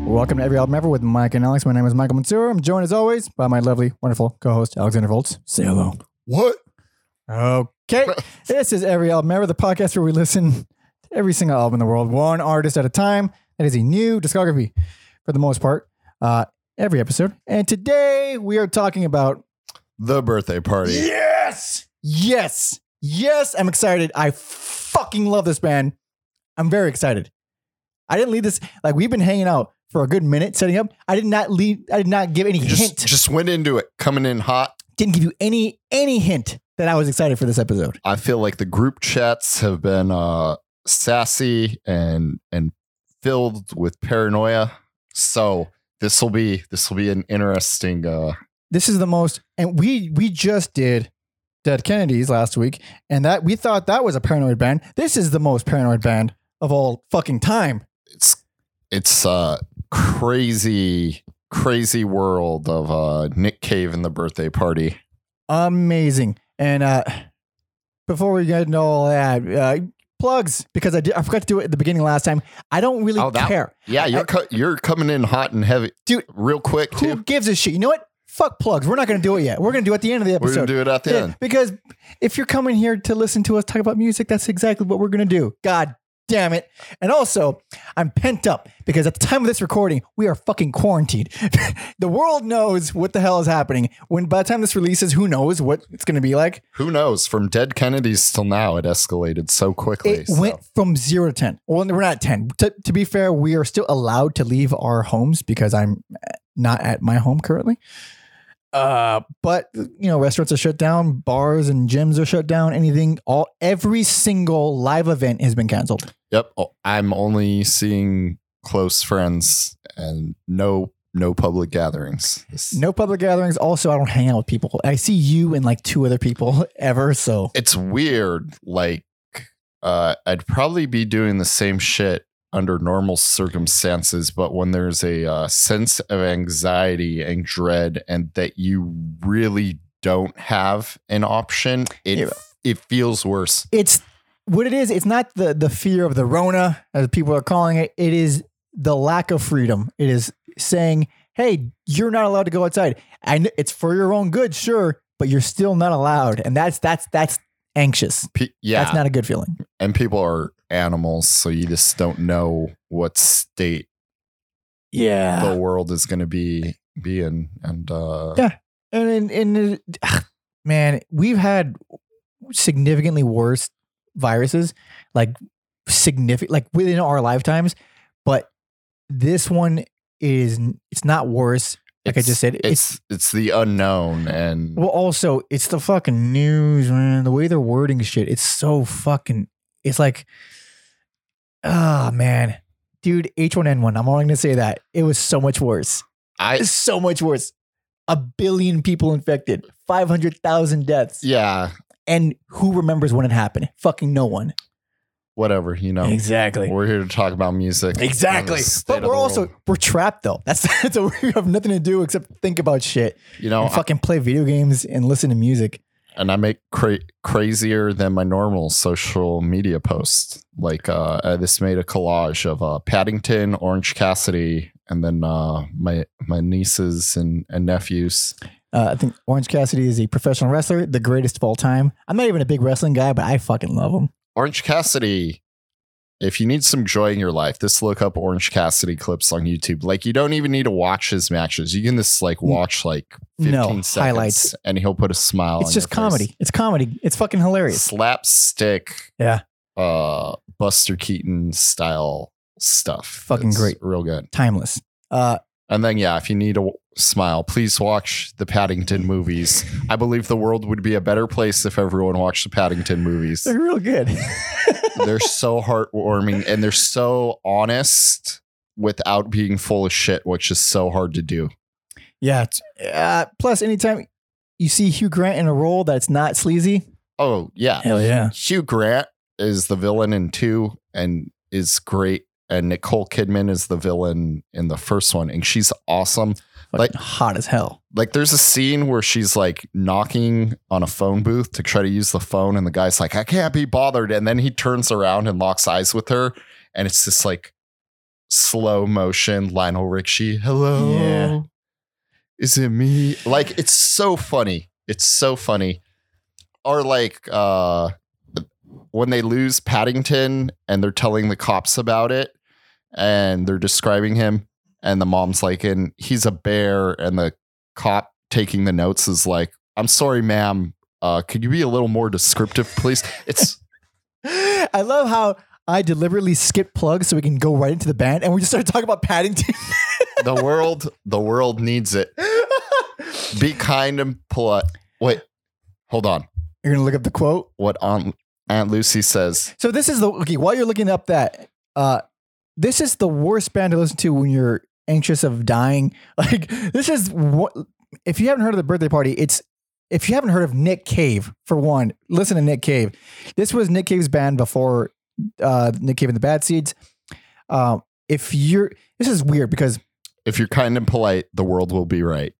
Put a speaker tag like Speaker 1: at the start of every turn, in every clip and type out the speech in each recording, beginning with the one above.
Speaker 1: Welcome to Every Album Ever with Mike and Alex. My name is Michael Mansour. I'm joined as always by my lovely, wonderful co-host Alexander Volts. Say hello.
Speaker 2: What?
Speaker 1: Okay, this is Every Album Ever, the podcast where we listen to every single album in the world, one artist at a time. That is a new discography for the most part, uh, every episode. And today we are talking about
Speaker 2: The birthday party.
Speaker 1: Yes, yes, yes. I'm excited. I fucking love this band. I'm very excited. I didn't leave this like we've been hanging out for a good minute setting up. I did not leave. I did not give any
Speaker 2: You just,
Speaker 1: hint.
Speaker 2: just went into it, coming in hot.
Speaker 1: didn't give you any any hint that I was excited for this episode.
Speaker 2: I feel like the group chats have been uh, sassy and and filled with paranoia. So this will be this will be an interesting. Uh,
Speaker 1: This is the most, and we we just did Dead Kennedys last week, and that we thought that was a paranoid band. This is the most paranoid band of all fucking time.
Speaker 2: it's it's uh, crazy crazy world of uh, Nick Cave and the birthday party.
Speaker 1: amazing. And uh, before we get into all that, uh, plugs because I did, I forgot to do it at the beginning last time. I don't really
Speaker 2: Oh, that-
Speaker 1: care.
Speaker 2: Yeah, you're
Speaker 1: I-
Speaker 2: co- you're coming in hot and heavy,
Speaker 1: Dude,
Speaker 2: Real quick,
Speaker 1: Who
Speaker 2: too.
Speaker 1: gives a shit? You know what? Fuck plugs. We're not going to do it yet. We're going to do it at the end of the
Speaker 2: We're gonna
Speaker 1: episode.
Speaker 2: do it at the
Speaker 1: Yeah,
Speaker 2: end.
Speaker 1: because if you're coming here to listen to us talk about music, that's exactly what we're going to do. God damn it. And also, I'm pent up because at the time of this recording, we are fucking quarantined. the world knows what the hell is happening. When by the time this releases, who knows what it's going to be like?
Speaker 2: Who knows? From dead Kennedys till now, it escalated so quickly.
Speaker 1: It
Speaker 2: so.
Speaker 1: went from zero to 10. Well, we're not 10. To, to be fair, we are still allowed to leave our homes because I'm eh, not at my home currently. Uh, but you know, restaurants are shut down, bars and gyms are shut down. Anything, all every single live event has been canceled.
Speaker 2: Yep. Oh, I'm only seeing close friends and no no public gatherings. It's,
Speaker 1: No public gatherings. Also, I don't hang out with people. I see you and like two other people ever. So
Speaker 2: it's weird. Like uh, I'd probably be doing the same shit under normal circumstances, but when there's a uh, sense of anxiety and dread, and that you really don't have an option, it
Speaker 1: Yeah.
Speaker 2: it feels worse.
Speaker 1: it's what it is. It's not the the fear of the Rona, as people are calling it. It is the lack of freedom. It is saying, "Hey, you're not allowed to go outside." I know it's for your own good, sure, but you're still not allowed, and that's that's that's anxious.
Speaker 2: P- yeah,
Speaker 1: That's not a good feeling.
Speaker 2: and people are animals, so you just don't know what state
Speaker 1: Yeah,
Speaker 2: the
Speaker 1: Uh,
Speaker 2: world is going to be be in and uh
Speaker 1: Yeah. and and, and ugh, man, we've had significantly worse viruses, like significant, like within our lifetimes, but this one is it's not worse Like I
Speaker 2: it's-
Speaker 1: just said,
Speaker 2: it's it's, the unknown and
Speaker 1: Well, also, it's the fucking news, man. The way they're wording shit, it's so fucking. It's like, ah, man, dude, H1N1. I'm only gonna say that it was so much worse.
Speaker 2: i
Speaker 1: It's so much worse. A billion people infected, five hundred thousand deaths,
Speaker 2: yeah
Speaker 1: and who remembers when it happened? Fucking no one.
Speaker 2: whatever you know
Speaker 1: Exactly.
Speaker 2: we're here to talk about music and the state
Speaker 1: But
Speaker 2: of the
Speaker 1: we're also
Speaker 2: world.
Speaker 1: we're trapped though. That's that's what we have nothing to do except think about shit
Speaker 2: you know
Speaker 1: and fucking play video games and listen to music.
Speaker 2: and i make cra- crazier than my normal social media posts like uh i just made a collage of uh paddington orange cassidy and then uh my my nieces and, and nephews
Speaker 1: Uh, I think Orange Cassidy is a professional wrestler, the greatest of all time. I'm not even a big wrestling guy, but I fucking love him.
Speaker 2: Orange Cassidy. If you need some joy in your life, just look up Orange Cassidy clips on YouTube. Like you don't even need to watch his matches. You can just like watch like 15
Speaker 1: No,
Speaker 2: seconds
Speaker 1: highlights.
Speaker 2: and he'll put a smile.
Speaker 1: it's
Speaker 2: on
Speaker 1: just
Speaker 2: your face.
Speaker 1: comedy. It's comedy. It's fucking hilarious.
Speaker 2: Slapstick.
Speaker 1: Yeah.
Speaker 2: Uh Buster Keaton style stuff.
Speaker 1: Fucking
Speaker 2: It's
Speaker 1: great.
Speaker 2: Real good.
Speaker 1: Timeless. Uh,
Speaker 2: And then yeah, if you need a w- smile, please watch the Paddington movies. I believe the world would be a better place if everyone watched the Paddington movies.
Speaker 1: they're real good.
Speaker 2: they're so heartwarming and they're so honest without being full of shit, which is so hard to do.
Speaker 1: yeah. it's- Uh, plus, anytime you see Hugh Grant in a role that's not sleazy,
Speaker 2: Oh, yeah.
Speaker 1: hell yeah.
Speaker 2: Hugh Grant is the villain in two and is great. And Nicole Kidman is the villain in the first one, and she's awesome.
Speaker 1: Like
Speaker 2: Like-
Speaker 1: hot as hell.
Speaker 2: Like, there's a scene where she's like knocking on a phone booth to try to use the phone, and the guy's like, I can't be bothered. And then he turns around and locks eyes with her, and it's just like, slow motion Lionel Richie. Hello.
Speaker 1: Yeah.
Speaker 2: Is it me? Like it's so funny. It's so funny. Or like uh when they lose Paddington and they're telling the cops about it and they're describing him and the mom's like and he's a bear and the cop taking the notes is like I'm sorry ma'am uh could you be a little more descriptive please it's
Speaker 1: I love how I deliberately skip plugs so we can go right into the band and we just started talking about Paddington.
Speaker 2: the world the world needs it be kind and polite wait hold on
Speaker 1: You're gonna look up the quote.
Speaker 2: what aunt aunt lucy says
Speaker 1: So this is the okay. While you're looking up that, uh, this is the worst band to listen to when you're anxious of dying. Like this is what if you haven't heard of the birthday party, it's if you haven't heard of Nick Cave for one, listen to Nick Cave. This was Nick Cave's band before uh, Nick Cave and the Bad Seeds. Um, if you're this is weird because
Speaker 2: if you're kind and polite the world will be right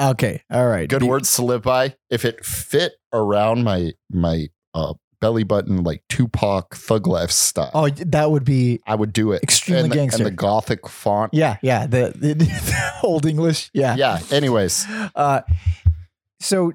Speaker 1: okay, all right,
Speaker 2: good
Speaker 1: Be-
Speaker 2: words to live by if it fit around my my uh belly button like tupac thug life style
Speaker 1: Oh, that would be
Speaker 2: i would do it
Speaker 1: Extremely
Speaker 2: and, the-
Speaker 1: gangster.
Speaker 2: and the gothic font
Speaker 1: yeah, yeah. The, the, the old English, yeah.
Speaker 2: yeah anyways
Speaker 1: Uh, so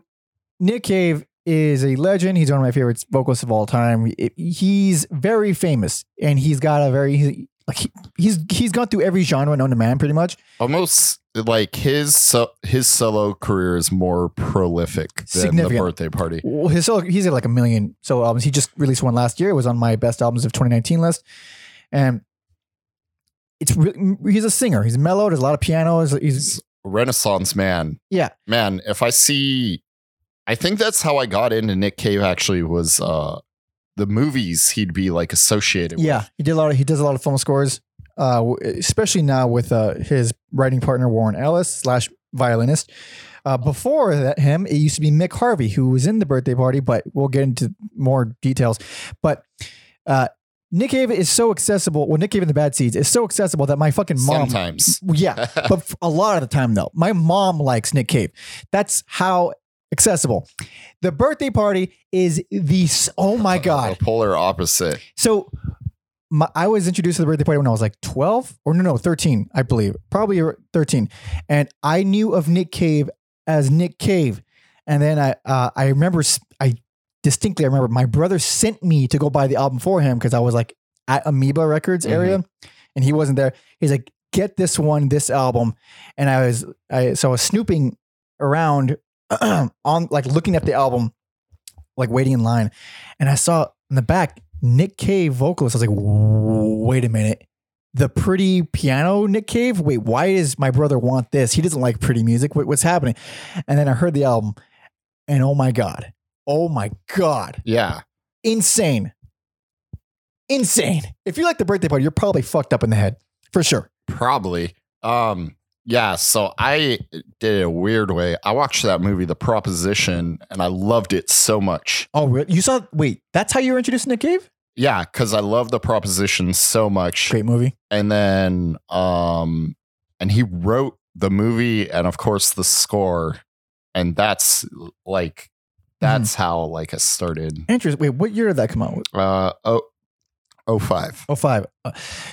Speaker 1: Nick Cave is a legend. He's one of my favorite vocalists of all time. It- He's very famous, and he's got a very he's- like he, he's he's gone through every genre known to man, pretty much.
Speaker 2: almost like his so, his solo career is more prolific than the
Speaker 1: Significant.
Speaker 2: birthday party
Speaker 1: Well, his solo, he's at like a million solo albums. He just released one last year. It was on my best albums of 2019 list, and it's really, he's a singer. He's mellow. There's a lot of piano. He's, he's
Speaker 2: renaissance man
Speaker 1: Yeah.
Speaker 2: man if i see i think that's how i got into nick cave actually was uh the movies he'd be like associated
Speaker 1: yeah.
Speaker 2: with
Speaker 1: He did a lot. Of, he does a lot of film scores, uh, w- especially now with uh, his writing partner Warren Ellis slash violinist. Uh, before that, him it used to be Mick Harvey who was in the birthday party, but we'll get into more details. But uh, Nick Cave is so accessible. Well, Nick Cave and the Bad Seeds is so accessible that my fucking mom.
Speaker 2: sometimes
Speaker 1: Yeah, but f- a lot of the time though, my mom likes Nick Cave. That's how accessible. The birthday party is the s- oh my god.
Speaker 2: the polar opposite
Speaker 1: So my, I was introduced to the birthday party when I was like 12 or no, no, 13, I believe, probably 13. And I knew of Nick Cave as Nick Cave. And then I, uh, I remember, s- I distinctly remember my brother sent me to go buy the album for him because I was like at Amoeba Records area and he wasn't there. He's like, get this one, this album. And I was, I, so I was snooping around on like looking at the album, like waiting in line. And I saw in the back Nick Cave vocalist. I was like, wait a minute. The pretty piano Nick Cave? Wait, why does my brother want this? He doesn't like pretty music. Wait, what's happening? And then I heard the album and oh my God. Oh my God.
Speaker 2: yeah
Speaker 1: Insane. Insane. If you like the birthday party, you're probably fucked up in the head for sure.
Speaker 2: probably um yeah so i did it a weird way i watched that movie the proposition and i loved it so much
Speaker 1: Oh, really? You saw, wait, that's how you were introduced to Nick Cave?
Speaker 2: yeah because i love the proposition so much
Speaker 1: Great movie.
Speaker 2: and then um and he wrote the movie and of course the score and that's like
Speaker 1: Mm-hmm.
Speaker 2: that's how like i started
Speaker 1: Interesting. Wait, what year did that come out?
Speaker 2: uh oh oh five
Speaker 1: Oh, five. Uh,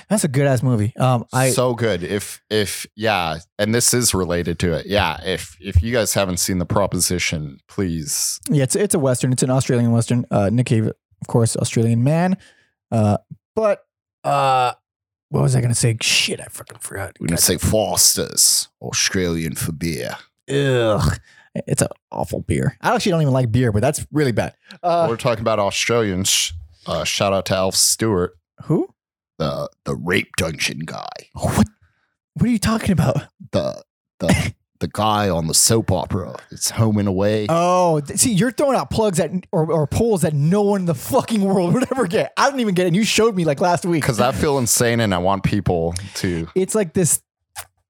Speaker 1: that's a good ass movie. Um, I,
Speaker 2: so good if if yeah and this is related to it yeah if if you guys haven't seen the proposition please
Speaker 1: Yeah, it's it's a western. It's an Australian western. Uh, Nick Cave, of course, Australian man. Uh, but uh, what was I gonna say? Shit, I fucking forgot.
Speaker 2: we're gonna say foster's australian for beer
Speaker 1: Ugh, it's an awful beer. I actually don't even like beer, but that's really bad. Uh,
Speaker 2: we're talking about australians uh shout out to alf stewart
Speaker 1: who?
Speaker 2: the the rape dungeon guy
Speaker 1: What? What are you talking about?
Speaker 2: the the the guy on the soap opera. It's home and away.
Speaker 1: Oh, th- see, you're throwing out plugs that or, or polls that no one in the fucking world would ever get. I don't even get it. And you showed me like last week.
Speaker 2: Because I feel insane and I want people to
Speaker 1: it's like this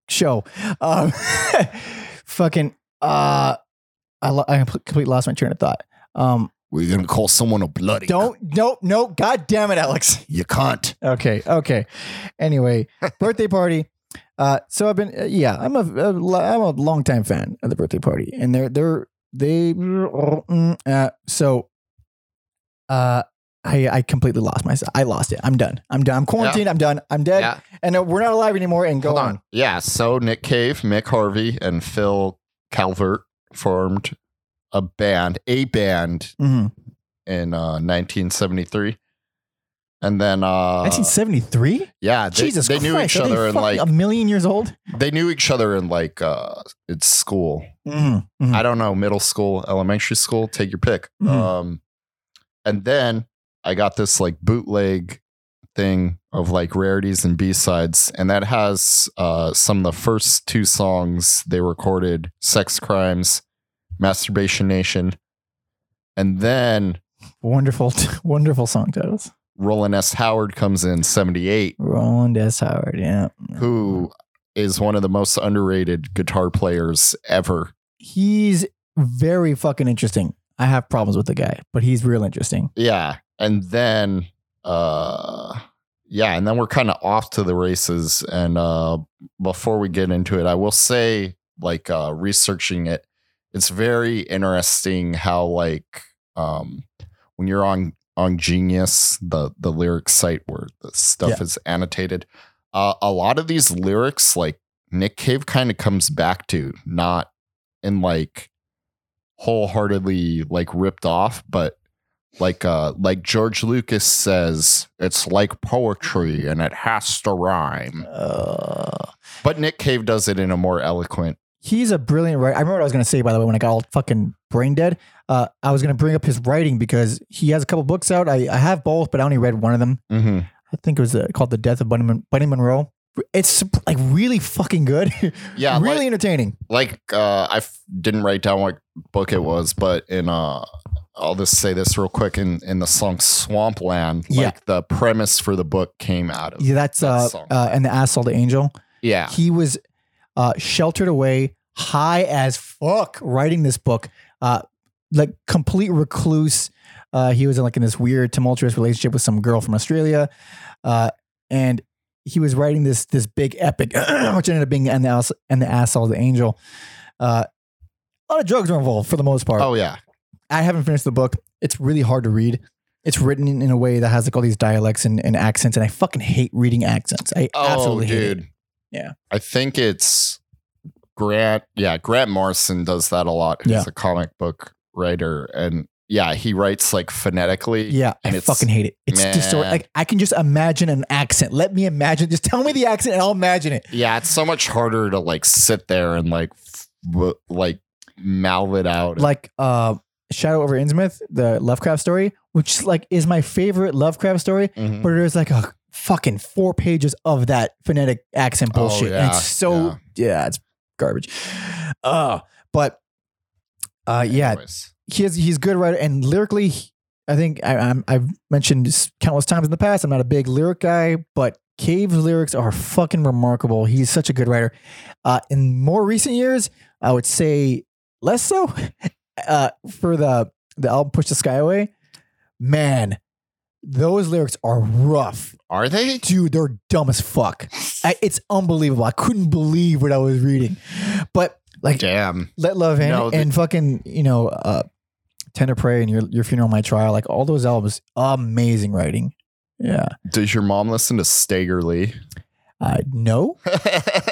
Speaker 1: show. Um, fucking, uh, I, lo- I completely lost my train of thought. Um,
Speaker 2: we're gonna call someone a bloody
Speaker 1: don't, nope, nope. God damn it, Alex.
Speaker 2: you can't.
Speaker 1: Okay, okay. Anyway, birthday party. Uh, so I've been, uh, yeah, I'm a, a, lo- I'm a longtime fan of the birthday party, and they're they're they, mm, uh, so, uh, I, I completely lost myself. I lost it. I'm done. I'm done. I'm quarantined. I'm done. I'm dead.
Speaker 2: Yeah.
Speaker 1: And uh, we're not alive anymore. And go
Speaker 2: Hold
Speaker 1: on.
Speaker 2: on. Yeah. So Nick Cave, Mick Harvey, and Phil Calvert formed a band, a band
Speaker 1: Mhm.
Speaker 2: in uh, 1973. And then, uh,
Speaker 1: 1973.
Speaker 2: yeah, they,
Speaker 1: Jesus
Speaker 2: they
Speaker 1: Christ.
Speaker 2: knew each
Speaker 1: are they
Speaker 2: other in
Speaker 1: fucking
Speaker 2: like,
Speaker 1: a million years old.
Speaker 2: they knew each other in like, uh, it's school.
Speaker 1: Mhm. Mhm.
Speaker 2: I don't know, middle school, elementary school, take your pick.
Speaker 1: Mhm.
Speaker 2: Um, and then I got this like bootleg thing of like rarities and B sides, and that has uh, some of the first two songs they recorded: "Sex Crimes," "Masturbation Nation," and then
Speaker 1: Wonderful, wonderful song titles.
Speaker 2: Roland S. Howard comes in '78,
Speaker 1: Roland S. Howard. Yeah.
Speaker 2: who is one of the most underrated guitar players ever.
Speaker 1: He's very fucking interesting. I have problems with the guy, but he's real interesting.
Speaker 2: Yeah. And then uh yeah, and then we're kind of off to the races. And uh before we get into it, I will say, like uh researching it, it's very interesting how like um when you're on on Genius, the the lyric site where the stuff
Speaker 1: Yeah.
Speaker 2: is annotated, uh a lot of these lyrics like Nick Cave kind of comes back to, not in like wholeheartedly like ripped off, but like uh like George Lucas says, it's like poetry and it has to rhyme.
Speaker 1: Uh,
Speaker 2: But Nick Cave does it in a more eloquent.
Speaker 1: he's a brilliant writer. I remember what I was going to say, by the way, when I got all fucking brain dead. Uh, I was going to bring up his writing because he has a couple books out. I, I have both, but I only read one of them.
Speaker 2: Mm-hmm.
Speaker 1: I think it was uh, called The Death of Bunny, Mon- Bunny Monroe. It's like really fucking good.
Speaker 2: Yeah,
Speaker 1: really
Speaker 2: like,
Speaker 1: entertaining.
Speaker 2: like uh I f- didn't write down what book it was, but in uh I'll just say this real quick in in the song Swampland, like
Speaker 1: Yeah.
Speaker 2: the premise for the book came out of
Speaker 1: Yeah, that's
Speaker 2: That
Speaker 1: uh,
Speaker 2: song.
Speaker 1: uh, and the asshole, the angel.
Speaker 2: yeah.
Speaker 1: he was uh, sheltered away, high as fuck, writing this book. Uh, like complete recluse. Uh, he was in, like in this weird tumultuous relationship with some girl from Australia, uh, and he was writing this this big epic, which ended up being and the ass and the asshole of the angel. Uh, a lot of drugs were involved for the most part.
Speaker 2: Oh yeah.
Speaker 1: I haven't finished the book. It's really hard to read. It's written in, in a way that has like all these dialects and, and accents, and I fucking hate reading accents. I
Speaker 2: Oh
Speaker 1: absolutely hate
Speaker 2: dude.
Speaker 1: it. Yeah.
Speaker 2: I think it's Grant. Yeah, Grant Morrison does that a lot. Who's
Speaker 1: Yeah.
Speaker 2: a comic book writer, and yeah, he writes like phonetically.
Speaker 1: Yeah,
Speaker 2: And
Speaker 1: I
Speaker 2: it's-
Speaker 1: fucking hate it. It's
Speaker 2: Man.
Speaker 1: just so like I can just imagine an accent. Let me imagine. Just tell me the accent, and I'll imagine it.
Speaker 2: Yeah, it's so much harder to like sit there and like f- w- like mouth it out.
Speaker 1: Like uh, Shadow over Innsmouth, the Lovecraft story, which like is my favorite Lovecraft story,
Speaker 2: Mhm.
Speaker 1: but there's like a fucking four pages of that phonetic accent
Speaker 2: Oh,
Speaker 1: bullshit. and
Speaker 2: yeah,
Speaker 1: it's so yeah. it's garbage. Uh, but uh, yeah,
Speaker 2: Anyways.
Speaker 1: he has, he's good writer and lyrically he- i think I, I'm, i've mentioned this countless times in the past i'm not a big lyric guy but cave's lyrics are fucking remarkable he's such a good writer uh, in more recent years i would say less so uh, for the the album push the sky away man those lyrics are rough
Speaker 2: are they?
Speaker 1: dude they're dumb as fuck I, it's unbelievable i couldn't believe what i was reading but like
Speaker 2: Damn.
Speaker 1: let Love In
Speaker 2: No, the-
Speaker 1: and fucking, you know, uh, Tender Prey and Your Your Funeral My Trial, like all those albums, amazing writing. Yeah.
Speaker 2: Does your mom listen to Staggerly?
Speaker 1: Uh, no.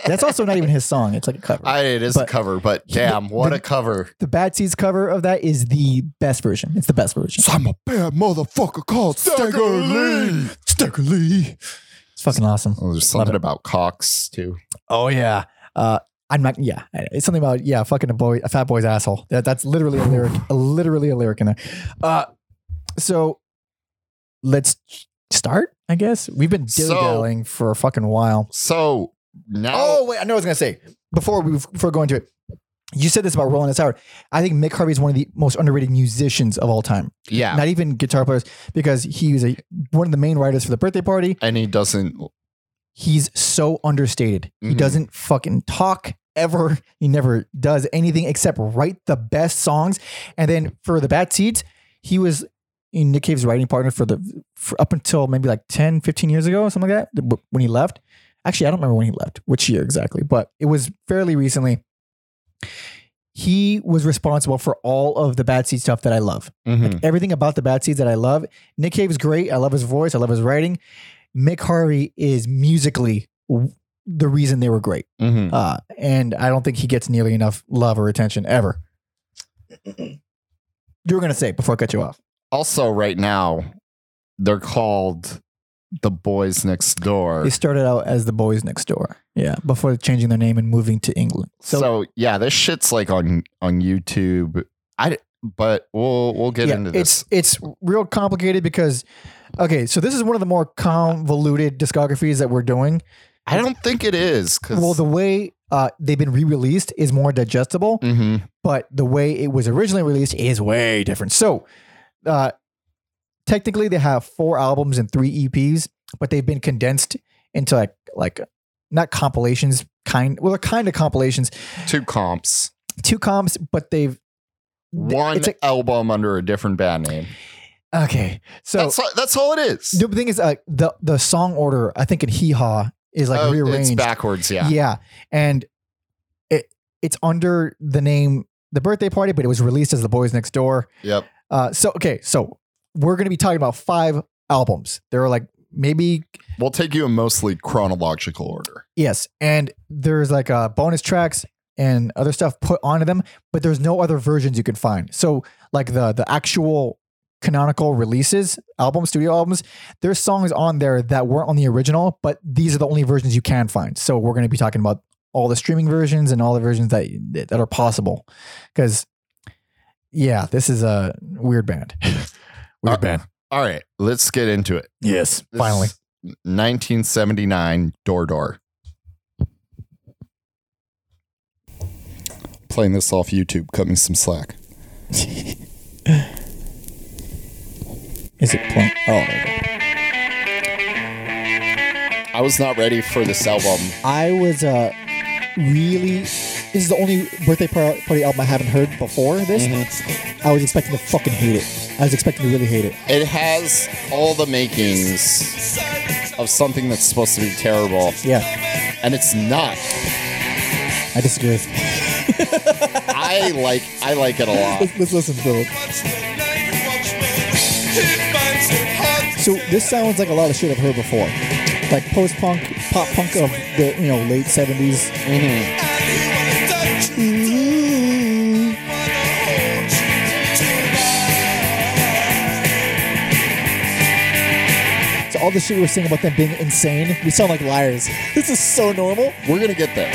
Speaker 1: That's also not even his song. It's like a cover.
Speaker 2: I, it is a
Speaker 1: but-
Speaker 2: cover, but damn, what
Speaker 1: the-
Speaker 2: a cover!
Speaker 1: the Bad Seeds cover of that is the best version. It's the best version.
Speaker 2: I'm a bad motherfucker called Staggerly.
Speaker 1: Staggerly. It's fucking awesome.
Speaker 2: Oh, there's
Speaker 1: Love
Speaker 2: something
Speaker 1: it.
Speaker 2: about Cox too.
Speaker 1: Oh yeah. Uh, I'm not. Yeah, I- it's something about yeah, fucking a boy, a fat boy's asshole. That, that's literally a lyric, literally a lyric in there. Uh, so let's start. I guess we've been
Speaker 2: So-
Speaker 1: dilly dallying for a fucking while.
Speaker 2: So now,
Speaker 1: Oh wait, I know what I was gonna say before we before going to it. You said this about Rolling S. Howard. I think Mick Harvey is one of the most underrated musicians of all time.
Speaker 2: yeah,
Speaker 1: Not even guitar players, because he was a one of the main writers for the birthday party.
Speaker 2: and he doesn't.
Speaker 1: he's so understated. He
Speaker 2: Mhm.
Speaker 1: doesn't fucking talk ever. He never does anything except write the best songs. And then for the Bad Seeds, he was in Nick Cave's writing partner for the for up until maybe like 10, 15 years ago, something like that, w- when he left. Actually, I don't remember when he left, which year exactly, but it was fairly recently. he was responsible for all of the bad seed stuff that I love.
Speaker 2: Mhm.
Speaker 1: Everything about the bad seeds that I love. Nick Cave's great. I love his voice. I love his writing. Mick Harvey is musically w- the reason they were great.
Speaker 2: Mhm.
Speaker 1: Uh, and I don't think he gets nearly enough love or attention ever. you were gonna say it before I cut you off.
Speaker 2: Also, right now, they're called the boys next door.
Speaker 1: They started out as the boys next door. Yeah. Before changing their name and moving to England.
Speaker 2: So, yeah, this shit's like on on YouTube. I but we'll we'll get into this.
Speaker 1: It's it's real complicated because okay, so this is one of the more convoluted discographies that we're doing.
Speaker 2: I don't think it is because
Speaker 1: Well, the way uh, they've been re-released is more digestible,
Speaker 2: Mm-hmm.
Speaker 1: but the way it was originally released is way different. So, uh, technically, they have four albums and three EPs, but they've been condensed into like like not compilations kind well, they're kind of compilations,
Speaker 2: two comps,
Speaker 1: two comps, but they've
Speaker 2: one
Speaker 1: it's a-
Speaker 2: album under a different band name.
Speaker 1: okay. So
Speaker 2: that's all, that's all it is.
Speaker 1: The thing is, uh, the the song order I think in Hee Haw is like
Speaker 2: Oh,
Speaker 1: rearranged.
Speaker 2: it's backwards. Yeah.
Speaker 1: and it it's under the name the birthday party, but it was released as the Boys Next Door.
Speaker 2: Yep.
Speaker 1: Uh, so okay, so we're gonna be talking about five albums. There are like maybe
Speaker 2: We'll take you in mostly chronological order.
Speaker 1: yes, and there's like uh, bonus tracks and other stuff put onto them, but there's no other versions you can find. So like the the actual canonical releases, album, studio albums, there's songs on there that weren't on the original, but these are the only versions you can find. So we're going to be talking about all the streaming versions and all the versions that that are possible cuz yeah, this is a weird band. weird
Speaker 2: Uh,
Speaker 1: band.
Speaker 2: All right, let's get into it.
Speaker 1: Yes,
Speaker 2: This
Speaker 1: finally.
Speaker 2: is 1979 Door Door. Playing this off YouTube. Cut me some slack.
Speaker 1: Is it plunk? Oh, there we go.
Speaker 2: I was not ready for this album.
Speaker 1: I was uh, really. This is the only birthday par- party album I haven't heard before this. I was expecting to fucking hate it. I was expecting to really hate it.
Speaker 2: It has all the makings of something that's supposed to be terrible,
Speaker 1: Yeah,
Speaker 2: and it's not.
Speaker 1: I disagree. Let's,
Speaker 2: I like I like it a lot.
Speaker 1: let's listen to it. So this sounds like a lot of shit I've heard before, like post punk, pop punk of the you know late seventies. So all the shit we were saying about them being insane, we sound like liars. This is so normal.
Speaker 2: We're gonna get there.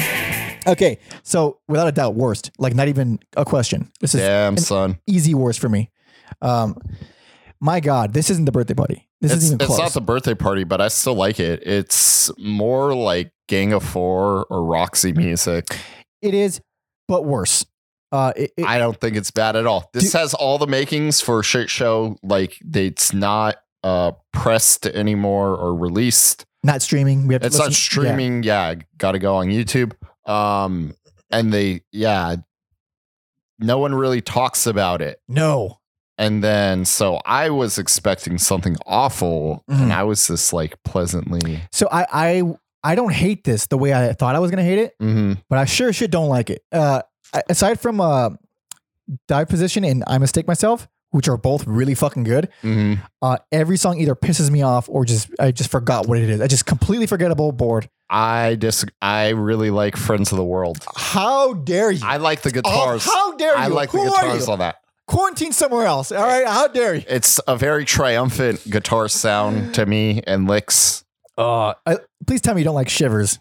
Speaker 1: Okay, so without a doubt, worst. Like not even a question. This is
Speaker 2: Damn son.
Speaker 1: easy worst for me. Um, my God, this isn't the birthday party. This
Speaker 2: It's,
Speaker 1: isn't even
Speaker 2: it's
Speaker 1: close.
Speaker 2: not the birthday party, but I still like it. It's more like Gang of Four or Roxy music.
Speaker 1: it is, but worse. Uh, it, it-
Speaker 2: I don't think it's bad at all. This has all the makings for a shit show. Like it's not uh pressed anymore or released.
Speaker 1: not streaming. We have to
Speaker 2: It's on
Speaker 1: listen- yeah.
Speaker 2: streaming. Yeah. gotta go on YouTube. Um, and they yeah, no one really talks about it.
Speaker 1: No,
Speaker 2: And then so I was expecting something awful, and
Speaker 1: Mhm.
Speaker 2: I was just like pleasantly.
Speaker 1: so I I I don't hate this the way I thought I was gonna hate it,
Speaker 2: hmm
Speaker 1: but I sure shit don't like it. Uh, I- aside from uh, dive position and I mistake myself, which are both really fucking good.
Speaker 2: hmm
Speaker 1: Uh, every song either pisses me off or just I just forgot what it is. I just completely forgettable, bored.
Speaker 2: I dis. I really like Friends of the World.
Speaker 1: How dare you?
Speaker 2: I like the
Speaker 1: Oh,
Speaker 2: guitars.
Speaker 1: how dare you?
Speaker 2: I like the
Speaker 1: Who are you?
Speaker 2: guitars on that.
Speaker 1: quarantine somewhere else. All right, how dare you?
Speaker 2: It's a very triumphant guitar sound to me and licks.
Speaker 1: Uh, please tell me you don't like shivers.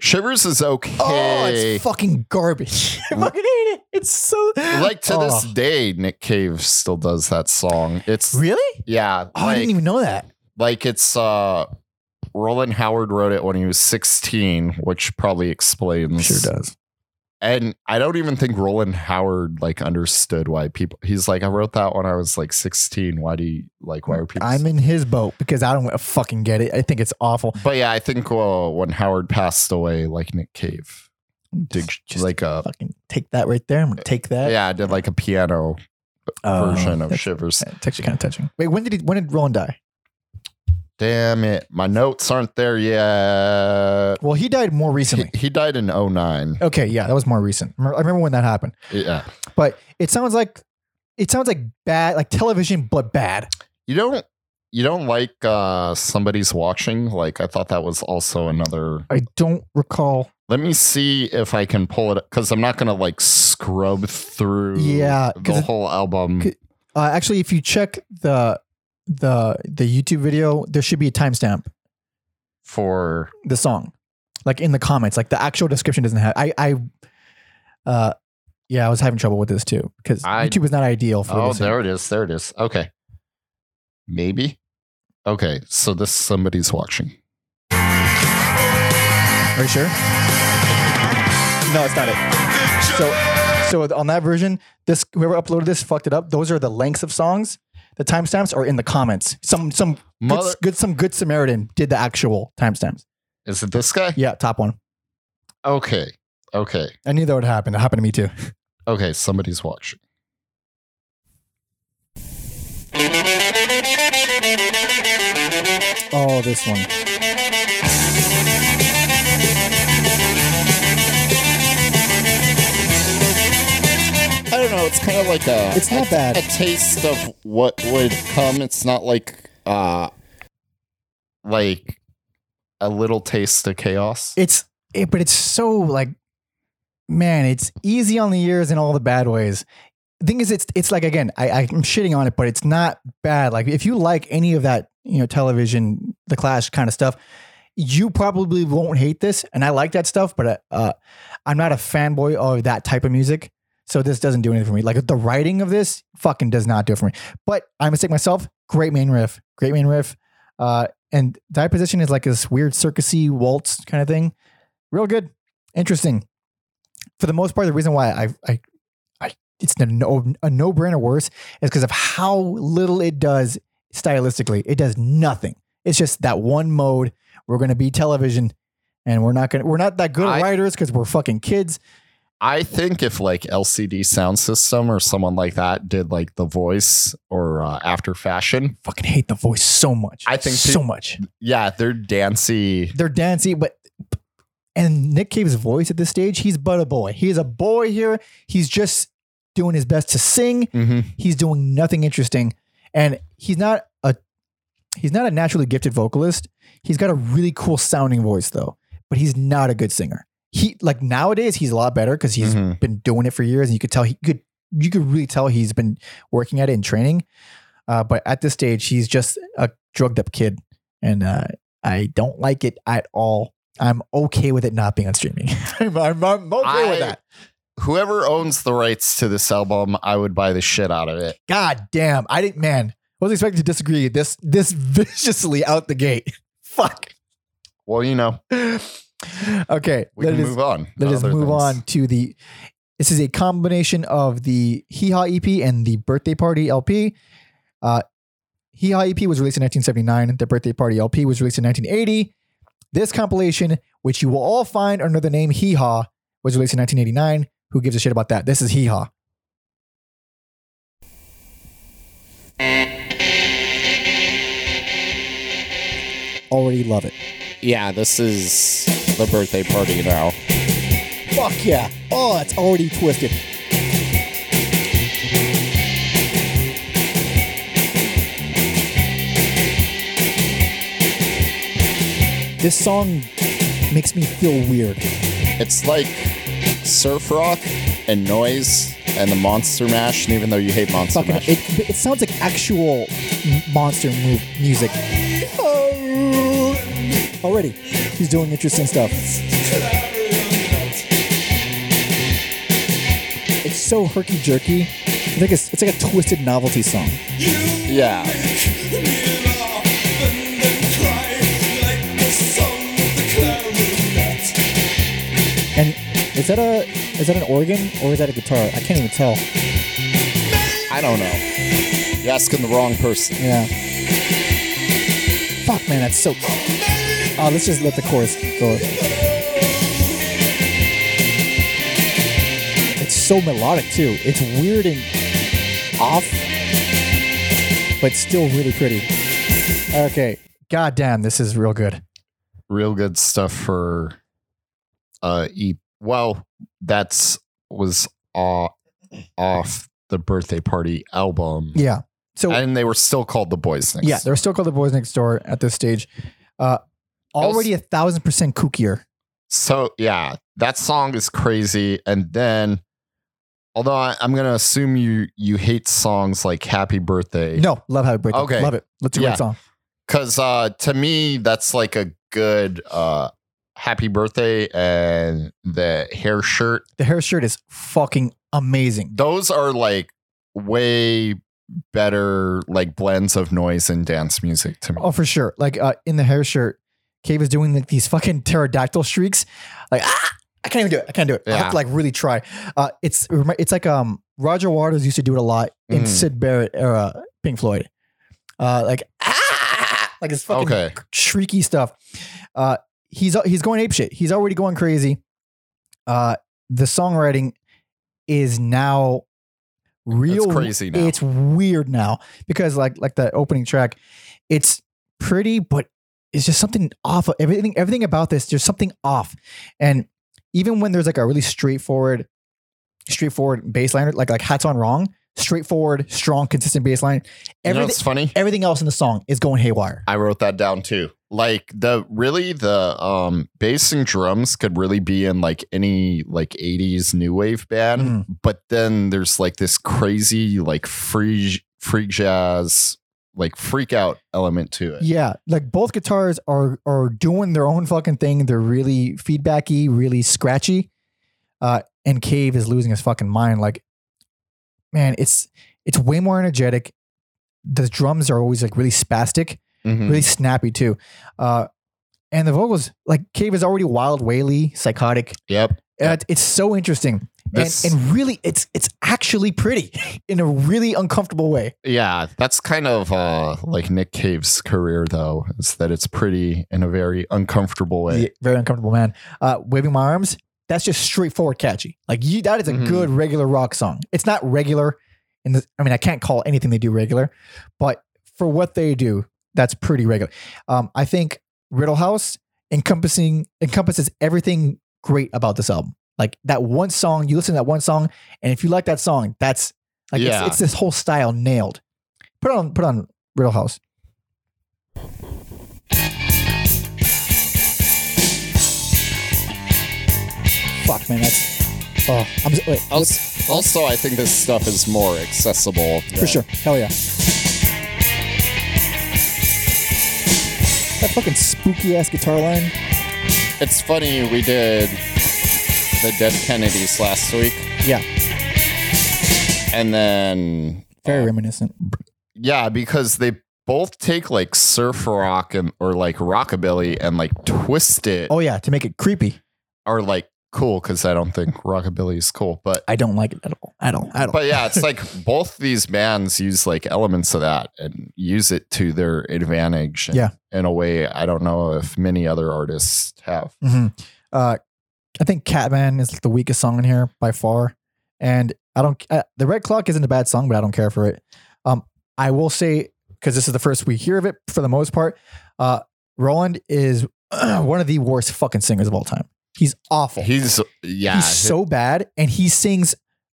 Speaker 2: Shivers is okay.
Speaker 1: Oh, it's fucking garbage. I fucking hate it. It's so
Speaker 2: like to this
Speaker 1: Oh.
Speaker 2: day, Nick Cave still does that song. It's
Speaker 1: Really?
Speaker 2: yeah,
Speaker 1: Oh, I
Speaker 2: like,
Speaker 1: didn't even know that.
Speaker 2: like it's uh Roland Howard wrote it when he was 16, which probably explains.
Speaker 1: does.
Speaker 2: And I don't even think Roland Howard like understood why people. He's like, I wrote that when I was like 16. Why do you like? Why are people?
Speaker 1: I'm in his boat because I don't fucking get it. I think it's awful.
Speaker 2: But yeah, I think uh, when Howard passed away, like Nick Cave did
Speaker 1: Just
Speaker 2: like a
Speaker 1: fucking take that right there. I'm gonna take that
Speaker 2: yeah, I did like a piano
Speaker 1: Uh,
Speaker 2: version of
Speaker 1: that's-
Speaker 2: Shivers.
Speaker 1: It's actually kind of touching. Wait, when did he? When did Roland die?
Speaker 2: Damn it. My notes aren't there yet.
Speaker 1: Well, he died more
Speaker 2: He,
Speaker 1: recently.
Speaker 2: he died in 09.
Speaker 1: Okay, yeah, that was more recent. I remember when that happened.
Speaker 2: Yeah.
Speaker 1: But it sounds like it sounds like bad, like television, but bad.
Speaker 2: You don't you don't like uh somebody's watching? Like I thought that was also another
Speaker 1: I don't recall.
Speaker 2: Let me see if I can pull it cuz I'm not going to like scrub through
Speaker 1: Yeah, 'cause
Speaker 2: the
Speaker 1: it-
Speaker 2: whole album.
Speaker 1: 'cause- Uh, actually, if you check the the the YouTube video, there should be a timestamp
Speaker 2: for
Speaker 1: the song, like in the comments. Like the actual description doesn't have. I I, uh, yeah, I was having trouble with this too because
Speaker 2: I-
Speaker 1: YouTube is not ideal for.
Speaker 2: Oh,
Speaker 1: listening.
Speaker 2: there it is. There it is. Okay. Maybe. Okay, so this somebody's watching.
Speaker 1: Are you sure? No, it's not it. So, so on that version, this whoever uploaded this fucked it up. Those are the lengths of songs. The timestamps are in the comments. Some some
Speaker 2: Mother
Speaker 1: good, good some good Samaritan did the actual timestamps.
Speaker 2: Is it this guy?
Speaker 1: Yeah, top one.
Speaker 2: Okay. Okay.
Speaker 1: I knew that would happen. It happened to me too.
Speaker 2: Okay, somebody's watching.
Speaker 1: Oh, this one.
Speaker 2: I don't know. It's kind of like a
Speaker 1: It's not
Speaker 2: a-
Speaker 1: bad.
Speaker 2: A taste of what would come. It's not like uh like a little taste of chaos.
Speaker 1: It's it, but it's so like, man, it's easy on the ears in all the bad ways. Thing is, it's it's like again, I, I'm shitting on it, but it's not bad. Like if you like any of that, you know, television, the Clash kind of stuff, you probably won't hate this. And I like that stuff, but uh, I'm not a fanboy of that type of music. So this doesn't do anything for me. Like the writing of this fucking does not do it for me. But I mistake myself. Great main riff. Great main riff. Uh, and die position is like this weird circusy waltz kind of thing. Real good, interesting. For the most part, the reason why I I, I it's a no a no brainer worse is because of how little it does stylistically. It does nothing. It's just that one mode. We're gonna be television, and we're not gonna we're not that good
Speaker 2: I-
Speaker 1: at writers because we're fucking kids.
Speaker 2: I think if like LCD Sound System or someone like that did like The Voice or uh, After Fashion,
Speaker 1: Fucking hate the voice so much.
Speaker 2: I think
Speaker 1: so
Speaker 2: pe-
Speaker 1: much.
Speaker 2: yeah, they're dancey.
Speaker 1: they're dancey, but and Nick Cave's voice at this stage, he's but a boy. He's a boy here. He's just doing his best to sing.
Speaker 2: Mhm.
Speaker 1: He's doing nothing interesting, and he's not a he's not a naturally gifted vocalist. He's got a really cool sounding voice though, but he's not a good singer. He like nowadays he's a lot better because he's
Speaker 2: Mhm.
Speaker 1: been doing it for years, and you could tell he could you could really tell he's been working at it and training. Uh, but at this stage, he's just a drugged up kid, and uh, I don't like it at all. I'm okay with it not being on streaming. I'm, I'm, I'm okay
Speaker 2: I-
Speaker 1: with that.
Speaker 2: Whoever owns the rights to this album, I would buy the shit out of it.
Speaker 1: God damn, I didn't. Man, I was expecting to disagree this this viciously out the gate. Fuck.
Speaker 2: Well, you know,
Speaker 1: okay,
Speaker 2: we
Speaker 1: let
Speaker 2: can
Speaker 1: us
Speaker 2: move on. to
Speaker 1: let us
Speaker 2: other
Speaker 1: move
Speaker 2: things.
Speaker 1: on to the. This is a combination of the Hee Haw EP and the Birthday Party LP. Uh, Hee Haw EP was released in 1979. The Birthday Party LP was released in 1980. This compilation, which you will all find under the name Hee Haw, was released in 1989. Who gives a shit about that? This is Hee Haw. Already love it.
Speaker 2: Yeah, this is the birthday party now.
Speaker 1: Fuck yeah. Oh, it's already twisted. This song makes me feel weird.
Speaker 2: It's like surf rock and noise and the Monster Mash, and even though you hate Monster
Speaker 1: Fucking,
Speaker 2: Mash.
Speaker 1: it, it sounds like actual m- monster mu- music. Already, he's doing interesting stuff. It's so herky jerky. It's like a, it's like a twisted novelty song.
Speaker 2: yeah.
Speaker 1: And is that a is that an organ or is that a guitar? I can't even tell.
Speaker 2: I don't know. You're asking the wrong person.
Speaker 1: Yeah. Fuck, man, that's so. Oh, let's just let the chorus go. It's so melodic too. It's weird and off, but still really pretty. Okay, God damn, this is real good.
Speaker 2: real good stuff for uh e well that's was uh, off the birthday party album
Speaker 1: Yeah. So
Speaker 2: and they were still called the boys next
Speaker 1: yeah, they're still called the boys next door at this stage. Uh, already a thousand percent kookier.
Speaker 2: so yeah that song is crazy and then although I, i'm gonna assume you you hate songs like happy birthday
Speaker 1: No, love how it breaks.
Speaker 2: Okay.
Speaker 1: love it. That's a great
Speaker 2: Yeah.
Speaker 1: song.
Speaker 2: because uh to me that's like a good uh happy birthday and the hair shirt
Speaker 1: The hair shirt is fucking amazing.
Speaker 2: those are like way better like blends of noise and dance music to me.
Speaker 1: Oh, for sure. Like uh, in the hair shirt, Cave is doing like these fucking pterodactyl shrieks. Like ah, I can't even do it. I can't do it. I have
Speaker 2: Yeah.
Speaker 1: to like really try. Uh, it's it remi- it's like um Roger Waters used to do it a lot in
Speaker 2: Mm.
Speaker 1: Sid Barrett era Pink Floyd. Uh, like ah, like it's fucking
Speaker 2: okay.
Speaker 1: shrieky stuff. Uh, he's he's going apeshit. He's already going crazy. Uh, the songwriting is now real
Speaker 2: It's crazy now.
Speaker 1: It's weird now because like like the opening track, it's pretty, but it's just something off. Everything everything about this, there's something off, and even when there's like a really straightforward, straightforward baseline, like like hats on wrong, straightforward, strong, consistent baseline,
Speaker 2: you know
Speaker 1: everything
Speaker 2: what's funny?
Speaker 1: everything else in the song is going haywire.
Speaker 2: I wrote that down too. Like the really the um bass and drums could really be in like any like 80s new wave band,
Speaker 1: Mhm.
Speaker 2: but then there's like this crazy like free free jazz like freak out element to it.
Speaker 1: Yeah, like both guitars are are doing their own fucking thing. They're really feedbacky, really scratchy. Uh, and Cave is losing his fucking mind. Like, man, it's it's way more energetic. The drums are always like really spastic,
Speaker 2: Mhm.
Speaker 1: really snappy too. Uh, and the vocals, like Cave is already wild, waily, psychotic.
Speaker 2: Yep.
Speaker 1: Uh, it's so interesting, and,
Speaker 2: This-
Speaker 1: and really, it's it's actually pretty in a really uncomfortable way.
Speaker 2: Yeah, that's kind of uh, like Nick Cave's career, though, is that it's pretty in a very uncomfortable way.
Speaker 1: Yeah, very uncomfortable man. Uh, waving my arms. That's just straightforward, catchy. Like you, that is a
Speaker 2: Mhm.
Speaker 1: good regular rock song. It's not regular, and I mean I can't call anything they do regular, but for what they do, that's pretty regular. Um, I think Riddle House encompassing encompasses everything great about this album. Like that one song, you listen to that one song, and if you like that song, that's like
Speaker 2: Yeah.
Speaker 1: it's, it's this whole style nailed. Put on put on Riddle House. Fuck man, that's oh I'm just, wait
Speaker 2: Also, also, I think this stuff is more accessible.
Speaker 1: for sure hell yeah. That fucking spooky ass guitar line.
Speaker 2: It's funny, we did the Dead Kennedys last week,
Speaker 1: Yeah,
Speaker 2: and then. uh,
Speaker 1: very reminiscent.
Speaker 2: Yeah, because they both take like surf rock and or like rockabilly and like twist it
Speaker 1: Oh yeah, to make it creepy.
Speaker 2: are like cool because I don't think rockabilly is cool, but
Speaker 1: I don't like it at all. I don't. I don't.
Speaker 2: But yeah, it's like both these bands use like elements of that and use it to their advantage. in-
Speaker 1: Yeah.
Speaker 2: In a way, I don't know if many other artists have.
Speaker 1: Mhm. Uh, I think Catman is the weakest song in here by far, and I don't. Uh, the Red Clock isn't a bad song, but I don't care for it. Um, I will say because this is the first we hear of it for the most part. Uh, Roland is one of the worst fucking singers of all time. He's awful.
Speaker 2: He's yeah,
Speaker 1: he's so bad, and he sings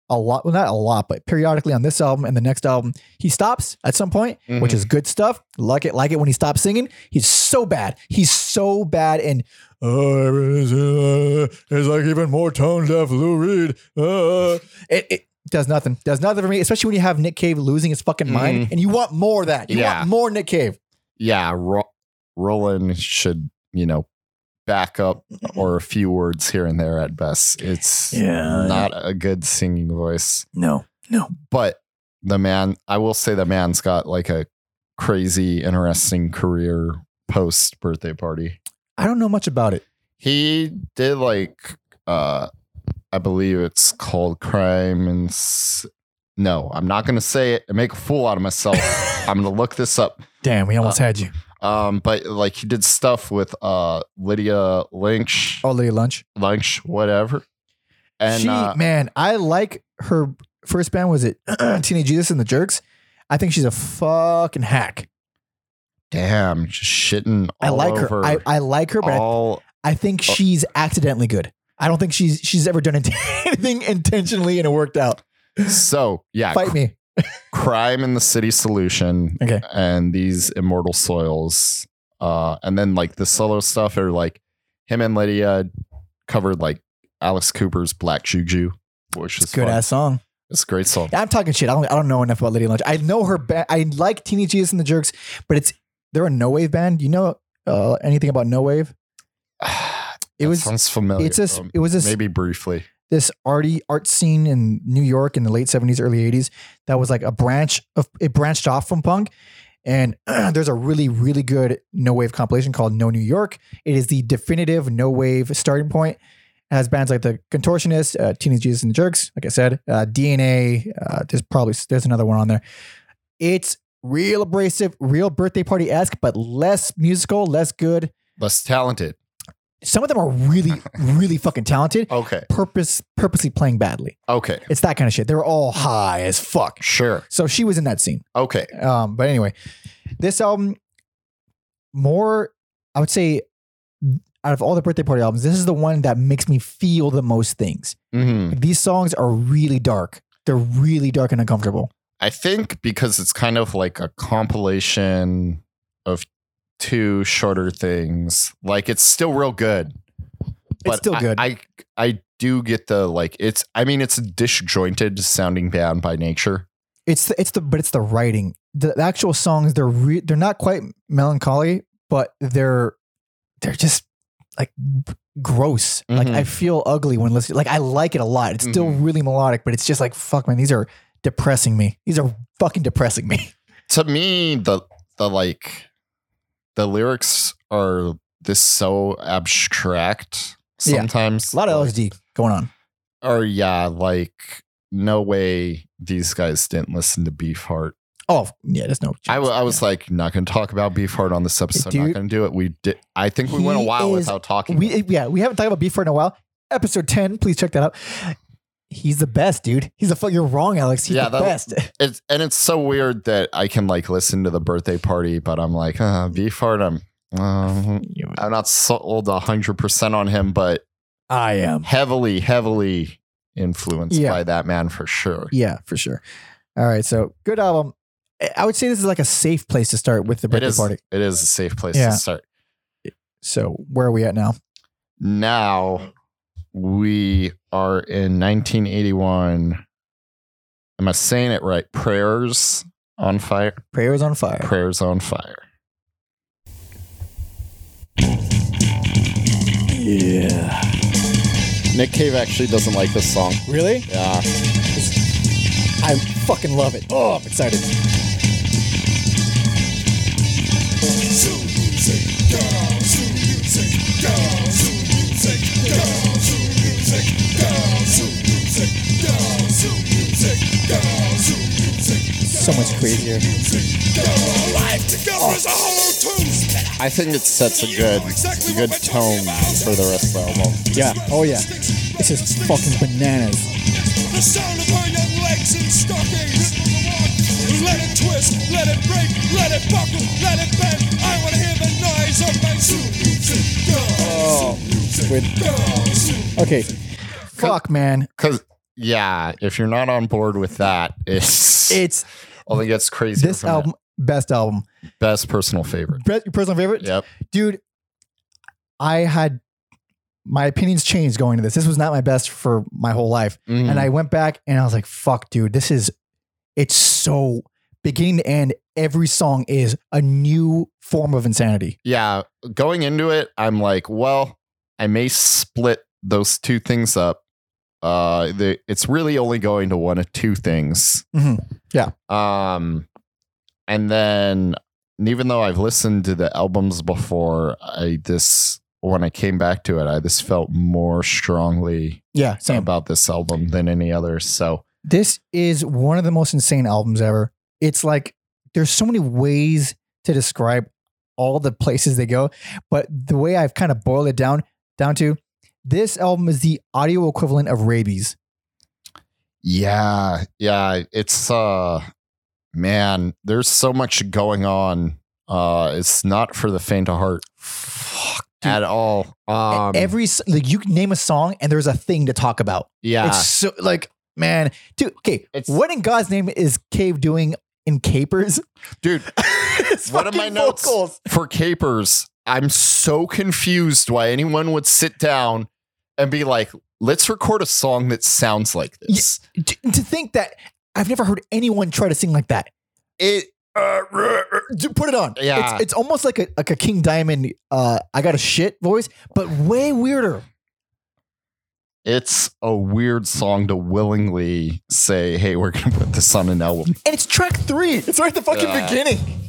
Speaker 1: a lot. Well, not a lot, but periodically on this album and the next album, he stops at some point,
Speaker 2: Mhm.
Speaker 1: which is good stuff. Like it, like it when he stops singing. He's so bad. He's so bad, and uh, it's, uh, it's like even more tone deaf. Lou Reed. Uh, it, it does nothing. Does nothing for me, especially when you have Nick Cave losing his fucking mind, and you want more of that. You
Speaker 2: Mm-hmm. Yeah.
Speaker 1: want more Nick Cave.
Speaker 2: mm-hmm, yeah. Ro- Roland should you know back up or a few words here and there at best. It's
Speaker 1: Yeah.
Speaker 2: not a good singing voice,
Speaker 1: No. No.
Speaker 2: but the man, I will say, the man's got like a crazy, interesting career post birthday party.
Speaker 1: I don't know much about it.
Speaker 2: he did like uh i believe it's called crime and s- no i'm not gonna say it and make a fool out of myself i'm gonna look this up
Speaker 1: Damn, we almost
Speaker 2: Uh,
Speaker 1: had you.
Speaker 2: um but like he did stuff with uh lydia lynch
Speaker 1: Oh, Lady Lunch.
Speaker 2: lynch whatever and
Speaker 1: she,
Speaker 2: uh,
Speaker 1: man, I like her first band was it Teenage Jesus and the Jerks. I think she's a fucking hack.
Speaker 2: damn, just shitting
Speaker 1: I
Speaker 2: all
Speaker 1: like
Speaker 2: over
Speaker 1: her. I, I like her, but I,
Speaker 2: all
Speaker 1: I think she's accidentally good. I don't think she's she's ever done int- anything intentionally and it worked out.
Speaker 2: so yeah,
Speaker 1: Fight me.
Speaker 2: crime in the city solution
Speaker 1: Okay.
Speaker 2: and these immortal soils uh and then like the solo stuff are like him and lydia covered like alex cooper's black juju which
Speaker 1: It's
Speaker 2: is
Speaker 1: a good
Speaker 2: fun.
Speaker 1: ass song.
Speaker 2: it's a great song
Speaker 1: I'm talking shit. I don't I don't know enough about Lady Lunch. I know her ba- I like Teeny Jesus and the Jerks, but it's they're a no wave band. You know uh, anything about no wave? It
Speaker 2: That
Speaker 1: was
Speaker 2: sounds familiar
Speaker 1: it's a
Speaker 2: um,
Speaker 1: it was a
Speaker 2: maybe briefly
Speaker 1: this arty art scene in New York in the late 70s, early 80s that was like a branch of it branched off from punk. And there's a really, really good no wave compilation called No New York. It is the definitive no wave starting point. It has bands like the Contortionists, uh, Teenage Jesus and the Jerks, like I said, uh, DNA. Uh, there's probably there's another one on there. It's real abrasive, real birthday party esque, but less musical, less good.
Speaker 2: less talented
Speaker 1: Some of them are really, really fucking talented.
Speaker 2: okay
Speaker 1: Purpose, purposely playing badly.
Speaker 2: okay
Speaker 1: It's that kind of shit. They were all high as fuck.
Speaker 2: sure
Speaker 1: So she was in that scene.
Speaker 2: okay
Speaker 1: Um, but anyway, this album, more, I would say, out of all the birthday party albums, this is the one that makes me feel the most things.
Speaker 2: hmm
Speaker 1: Like, these songs are really dark. They're really dark and uncomfortable.
Speaker 2: i think because it's kind of like a compilation of two shorter things like it's still real good
Speaker 1: It's still
Speaker 2: I,
Speaker 1: good.
Speaker 2: I I do get the like it's I mean it's a disjointed sounding band by nature.
Speaker 1: it's the, it's the but it's the writing. The, the actual songs they're re, they're not quite melancholy, but they're they're just like g- gross. Like
Speaker 2: Mhm.
Speaker 1: I feel ugly when listening. Like I like it a lot. It's still
Speaker 2: Mhm.
Speaker 1: really melodic, but it's just like fuck, man. These are depressing me. These are fucking depressing me.
Speaker 2: To me, the the like the lyrics are this so abstract
Speaker 1: Yeah.
Speaker 2: sometimes.
Speaker 1: A lot of
Speaker 2: like,
Speaker 1: LSD going on.
Speaker 2: or yeah, like no way these guys didn't listen to Beefheart.
Speaker 1: Oh yeah, there's no.
Speaker 2: I, w- I was like, not gonna talk about Beefheart on this episode, not
Speaker 1: Dude.
Speaker 2: gonna do it. We did I think we went a
Speaker 1: He
Speaker 2: while
Speaker 1: is-
Speaker 2: without talking.
Speaker 1: we yeah we haven't talked about beef for in a while. Episode ten, please check that out. He's the best, dude. He's the fuck. You're wrong, Alex. He's
Speaker 2: Yeah,
Speaker 1: the
Speaker 2: that-
Speaker 1: best.
Speaker 2: it's and it's so weird that I can like listen to the birthday party, but I'm like, uh, V Fart, I'm um, I'm not sold hundred percent on him, but
Speaker 1: I am.
Speaker 2: heavily, heavily influenced
Speaker 1: Yeah.
Speaker 2: by that man for sure.
Speaker 1: Yeah, for sure. All right, so good album. I- I would say this is like a safe place to start with the
Speaker 2: It
Speaker 1: birthday
Speaker 2: is
Speaker 1: party.
Speaker 2: it is a safe place
Speaker 1: Yeah.
Speaker 2: to start.
Speaker 1: So where are we at now?
Speaker 2: Now we are in 1981. Am I saying it right? Prayers on fire.
Speaker 1: Prayers on fire.
Speaker 2: Prayers on fire.
Speaker 1: Yeah.
Speaker 2: Nick Cave actually doesn't like this song.
Speaker 1: Really?
Speaker 2: Yeah.
Speaker 1: I fucking love it. Oh, I'm excited. So much crazier.
Speaker 2: I think it sets a good a good tone for the rest of the album.
Speaker 1: Yeah. Oh yeah. This is fucking bananas.
Speaker 3: The sound of her young legs in stockings. Let it twist, let it break, let it buckle, let it bend. I want to hear the noise of my zoo music. Oh,
Speaker 1: with- Okay. Fuck, man.
Speaker 2: Cause yeah, if you're not on board with that, it's it
Speaker 1: It's
Speaker 2: only gets crazy.
Speaker 1: this album, best album,
Speaker 2: best personal favorite.
Speaker 1: Brett, your personal favorite.
Speaker 2: Yep.
Speaker 1: dude, I had my opinions changed going to this. This was not my best for my whole life.
Speaker 2: Mhm.
Speaker 1: And I went back and I was like, fuck, dude, this is it's so beginning to end. Every song is a new form of insanity.
Speaker 2: yeah, going into it, I'm like, well, I may split those two things up. Uh, the, it's really only going to one of two things.
Speaker 1: Mhm. Yeah.
Speaker 2: Um, and then even though I've listened to the albums before, I this when I came back to it, I just felt more strongly
Speaker 1: Yeah, same.
Speaker 2: about this album than any other. So
Speaker 1: This is one of the most insane albums ever. It's like there's so many ways to describe all the places they go, but the way I've kind of boiled it down down to this album is the audio equivalent of rabies.
Speaker 2: Yeah, yeah, it's uh man, there's so much going on Uh, it's not for the faint of heart
Speaker 1: dude.
Speaker 2: at all.
Speaker 4: Um,
Speaker 1: E-, Every s- like you can name a song and there's a thing to talk about.
Speaker 2: Yeah,
Speaker 1: It's so like man, dude. Okay,
Speaker 2: It's-
Speaker 1: what in God's name is Cave doing in Capers?
Speaker 2: dude.
Speaker 1: It's
Speaker 2: One of my
Speaker 1: fucking
Speaker 2: notes.
Speaker 1: vocals.
Speaker 2: For capers, I'm so confused why anyone would sit down and be like, "Let's record a song that sounds like this."
Speaker 1: To, to think that I've never heard anyone try to sing like that.
Speaker 2: It
Speaker 1: Uh, ruh, ruh. Dude, put it on.
Speaker 2: Yeah.
Speaker 1: it's, it's almost like a like a King Diamond. Uh, I got a shit voice, but way weirder.
Speaker 2: it's a weird song to willingly say, "Hey, we're gonna put this on an album."
Speaker 1: And it's track three. It's right at the fucking
Speaker 2: Yeah.
Speaker 1: beginning.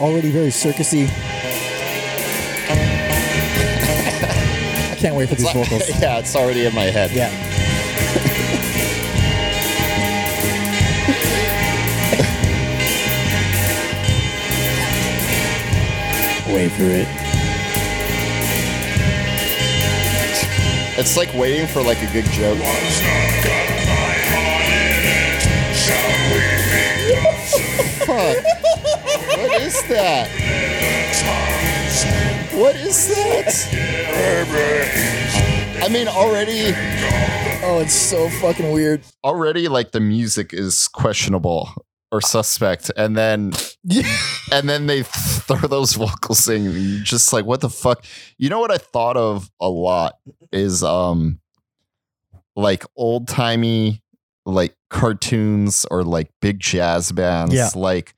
Speaker 5: Already very circusy. I can't wait for these vocals.
Speaker 2: yeah, it's already in my head.
Speaker 5: Yeah. wait for it.
Speaker 2: It's like waiting for like a good joke. Fuck. what is that? What is that? I mean, already,
Speaker 5: Oh, it's so fucking weird.
Speaker 2: already, like the music is questionable or suspect, and then, and then they throw those vocals in. and You're just like, what the fuck? You know what I thought of a lot is um, like old timey, like cartoons or like big jazz bands,
Speaker 1: Yeah.
Speaker 2: like.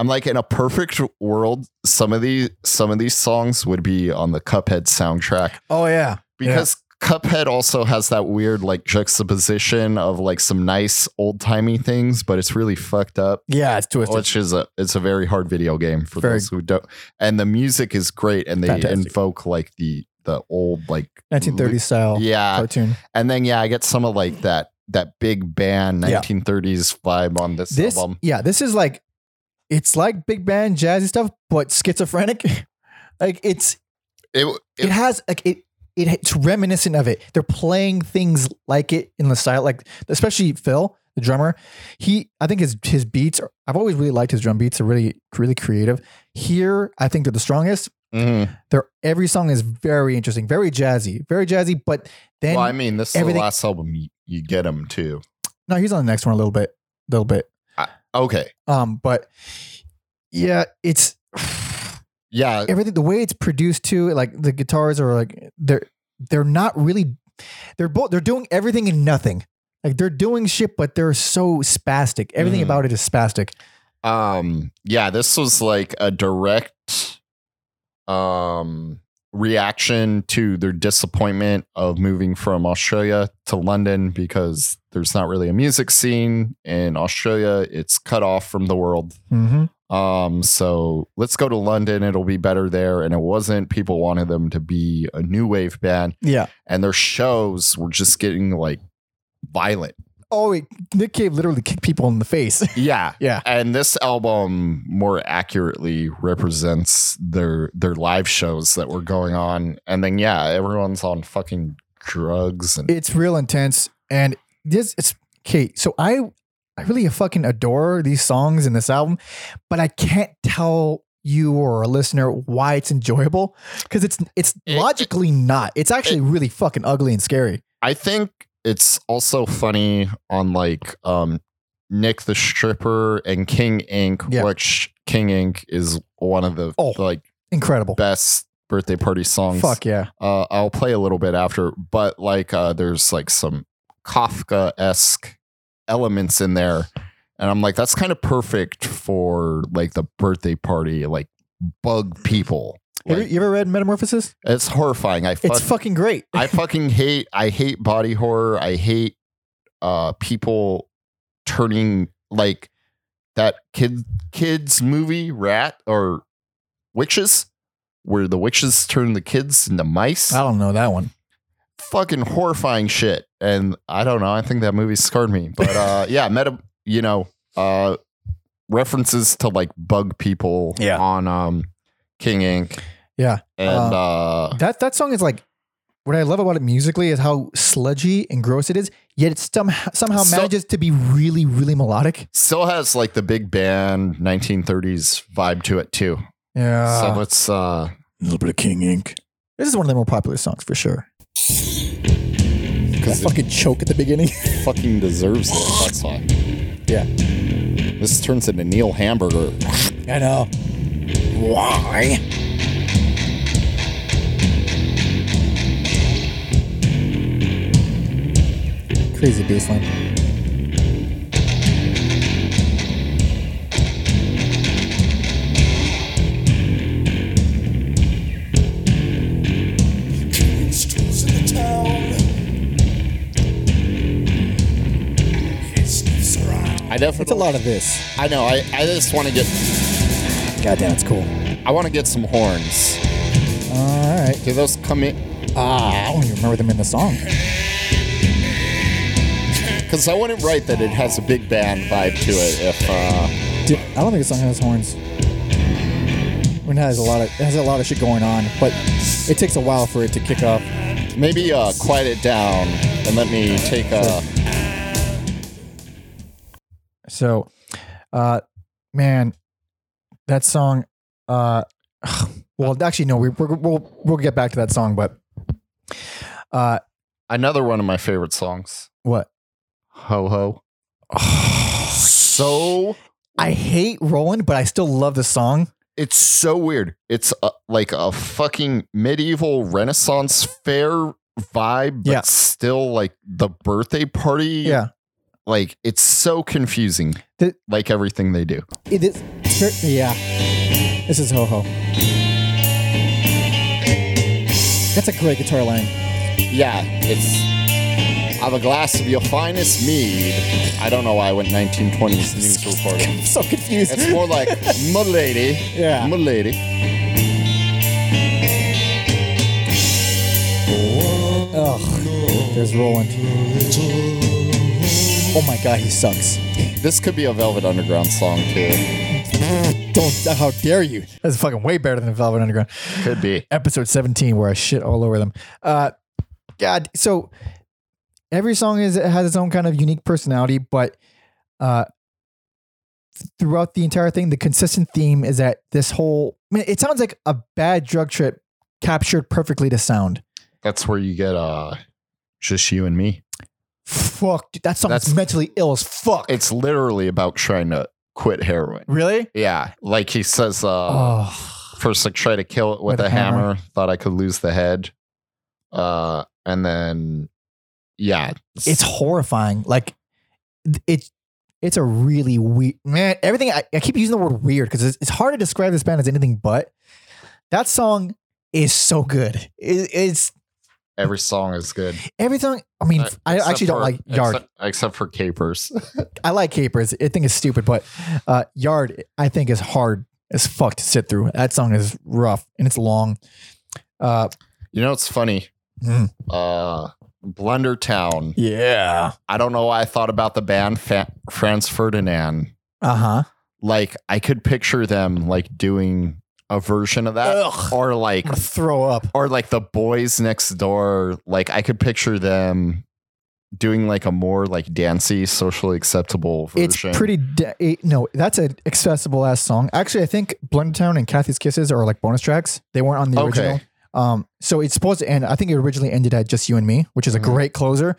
Speaker 2: I'm like in a perfect world. Some of these some of these songs would be on the Cuphead soundtrack
Speaker 1: Oh yeah,
Speaker 2: because Cuphead also has that weird like juxtaposition of like some nice old timey things, but it's really fucked up.
Speaker 1: yeah. It's twisted.
Speaker 2: Which is a Oh, it's a very hard video game for
Speaker 1: Very-
Speaker 2: those who don't. And the music is great, and they
Speaker 1: Fantastic.
Speaker 2: invoke like the the old like
Speaker 1: 1930s style
Speaker 2: yeah.
Speaker 1: cartoon.
Speaker 2: And then yeah, I get some of like that that big band
Speaker 1: Yeah.
Speaker 2: 1930s vibe on this,
Speaker 1: This
Speaker 2: album.
Speaker 1: yeah, this is like it's like big band jazzy stuff, but schizophrenic. like it's
Speaker 2: It,
Speaker 1: it,
Speaker 2: it,
Speaker 1: has like it, it it's reminiscent of it. They're playing things like it in the style, like especially Phil, the drummer. He I think his his beats are, I've always really liked his drum beats. They're really really creative. Here I think they're the strongest.
Speaker 2: mhm.
Speaker 1: They're every song is very interesting, very jazzy, very jazzy. But then
Speaker 2: well, I mean, this is the
Speaker 1: everything-
Speaker 2: last album you, you get them too.
Speaker 1: no, he's on the next one a little bit, a little bit.
Speaker 2: Okay,
Speaker 1: Um, but yeah, it's
Speaker 2: yeah,
Speaker 1: everything the way it's produced too like the guitars are like they're they're not really they're both they're doing everything and nothing like they're doing shit but they're so spastic everything
Speaker 2: Mhm.
Speaker 1: about it is spastic
Speaker 2: um yeah this was like a direct um reaction to their disappointment of moving from australia to london because there's not really a music scene in australia it's cut off from the world
Speaker 1: mm-hmm.
Speaker 2: um so let's go to london it'll be better there and it wasn't people wanted them to be a new wave band
Speaker 1: yeah
Speaker 2: and their shows were just getting like violent
Speaker 1: oh wait nick cave literally kicked people in the face
Speaker 2: yeah
Speaker 1: yeah
Speaker 2: and this album more accurately represents their their live shows that were going on and then yeah everyone's on fucking drugs and
Speaker 1: it's real intense and this it's okay so i i really fucking adore these songs in this album but i can't tell you or a listener why it's enjoyable because it's it's
Speaker 2: It-
Speaker 1: logically not it's actually really fucking ugly and scary
Speaker 2: i think it's also funny on like um nick the stripper and king inc
Speaker 1: Yeah.
Speaker 2: which king inc is one of the
Speaker 1: Oh.
Speaker 2: like
Speaker 1: incredible
Speaker 2: best birthday party songs
Speaker 1: Fuck yeah.
Speaker 2: uh, I'll play a little bit after, but like uh, there's like some Kafka esque elements in there, and I'm like that's kind of perfect for like the birthday party, like bug people.
Speaker 1: Have you,
Speaker 2: Like,
Speaker 1: you ever read Metamorphosis?
Speaker 2: it's horrifying. I fuck,
Speaker 1: It's fucking great.
Speaker 2: I fucking hate. I hate body horror. I hate uh, people turning like that kid kids movie rat or witches where the witches turn the kids into mice
Speaker 1: I don't know that one.
Speaker 2: fucking horrifying shit. And I don't know. I think that movie scarred me. But uh, yeah, meta, you know, uh, references to like bug people
Speaker 1: Yeah.
Speaker 2: on um, King Inc.
Speaker 1: Yeah.
Speaker 2: And
Speaker 1: Uh,
Speaker 2: uh,
Speaker 1: That that song is like what I love about it musically is how sludgy and gross it is, yet it somehow, somehow
Speaker 2: So-
Speaker 1: manages to be really, really melodic.
Speaker 2: Still has like the big band 1930s vibe to it too.
Speaker 1: Yeah.
Speaker 2: so let's uh
Speaker 1: a little bit of King Ink. This is one of the more popular songs for sure.
Speaker 5: That fucking choke at the beginning.
Speaker 2: fucking deserves it. That song.
Speaker 5: yeah.
Speaker 2: This turns into Neil Hamburger.
Speaker 5: I know. Why? Crazy bass line.
Speaker 3: Streets in the town. He sniffs around.
Speaker 2: I definitely.
Speaker 5: It's a lot of this.
Speaker 2: I know. I, I just want to get.
Speaker 5: God damn, it's cool.
Speaker 2: I want to get some horns.
Speaker 5: All right.
Speaker 2: Do those come in?
Speaker 5: Ah, I don't even remember them in the song.
Speaker 2: Because I wouldn't write that it has a big band vibe to it. If uh,
Speaker 5: Dude, I don't think the song has horns. When it has a lot of it has a lot of shit going on, but it takes a while for it to kick off.
Speaker 2: maybe uh, quiet it down and let me take a.
Speaker 1: So, uh, man, that song. Uh, well, actually, no, we, we're, we'll we'll get back to that song, but uh,
Speaker 2: Another one of my favorite songs.
Speaker 1: what?
Speaker 2: Ho ho. so
Speaker 1: I hate Roland, but I still love the song.
Speaker 2: it's so weird. It's uh like a fucking medieval Renaissance fair vibe, but
Speaker 1: Yeah.
Speaker 2: still like the birthday party.
Speaker 1: Yeah,
Speaker 2: like it's so confusing.
Speaker 1: The-
Speaker 2: like everything they do.
Speaker 5: It is, sure- yeah. This is ho ho. That's a great guitar line.
Speaker 2: Yeah, it's. Have a glass of your finest mead. I don't know why I went 1920s news reporting.
Speaker 5: I'm so confused.
Speaker 2: It's more like milady,
Speaker 5: Yeah.
Speaker 2: milady.
Speaker 5: Ugh. There's Roland. Oh my god, he sucks.
Speaker 2: This could be a Velvet Underground song too.
Speaker 5: Don't. How dare you?
Speaker 1: that's fucking way better than Velvet Underground.
Speaker 2: Could be.
Speaker 1: episode 17 where I shit all over them. Uh, God, so every song is has its own kind of unique personality, but uh, throughout the entire thing, the consistent theme is that this whole I mean, it sounds like a bad drug trip captured perfectly to sound.
Speaker 2: That's where you get uh, just you and me.
Speaker 1: Fuck, dude, that song
Speaker 2: That's-
Speaker 1: is mentally ill as fuck.
Speaker 2: It's literally about trying to quit heroin.
Speaker 1: really
Speaker 2: Yeah, like he says. Uh,
Speaker 1: oh,
Speaker 2: first, like try to kill it with, a hammer. Thought I could lose the head. Uh, and then, yeah,
Speaker 1: it's horrifying. Like it's it's a really weird man. Everything I, I keep using the word weird because it's, it's hard to describe this band as anything but that song is so good. It, it's
Speaker 2: every song is good.
Speaker 1: every song. I mean,
Speaker 2: Uh,
Speaker 1: I
Speaker 2: except
Speaker 1: actually don't
Speaker 2: for-
Speaker 1: like Yard.
Speaker 2: except, except for capers.
Speaker 1: I like Capers. I think it's stupid, but uh, Yard I think is hard as fuck to sit through. That song is rough and it's long. Uh,
Speaker 2: You know, it's funny.
Speaker 1: Mm.
Speaker 2: Uh, Blunder Town.
Speaker 1: yeah.
Speaker 2: I don't know why I thought about the band Fa- Franz Ferdinand.
Speaker 1: Uh huh.
Speaker 2: Like I could picture them like doing a version of that,
Speaker 1: Ugh.
Speaker 2: or like,
Speaker 1: I'm gonna throw up.
Speaker 2: or like the boys next door. Like I could picture them doing like a more like dancey, socially acceptable
Speaker 1: It's
Speaker 2: version.
Speaker 1: pretty. De- it- no, that's an accessible ass song. Actually, I think Blundertown and Kathy's Kisses are like bonus tracks. They weren't on the
Speaker 2: Okay.
Speaker 1: original. Um, so it's supposed to end. I think it originally ended at Just You and Me, which is a
Speaker 2: Mhm.
Speaker 1: great closer.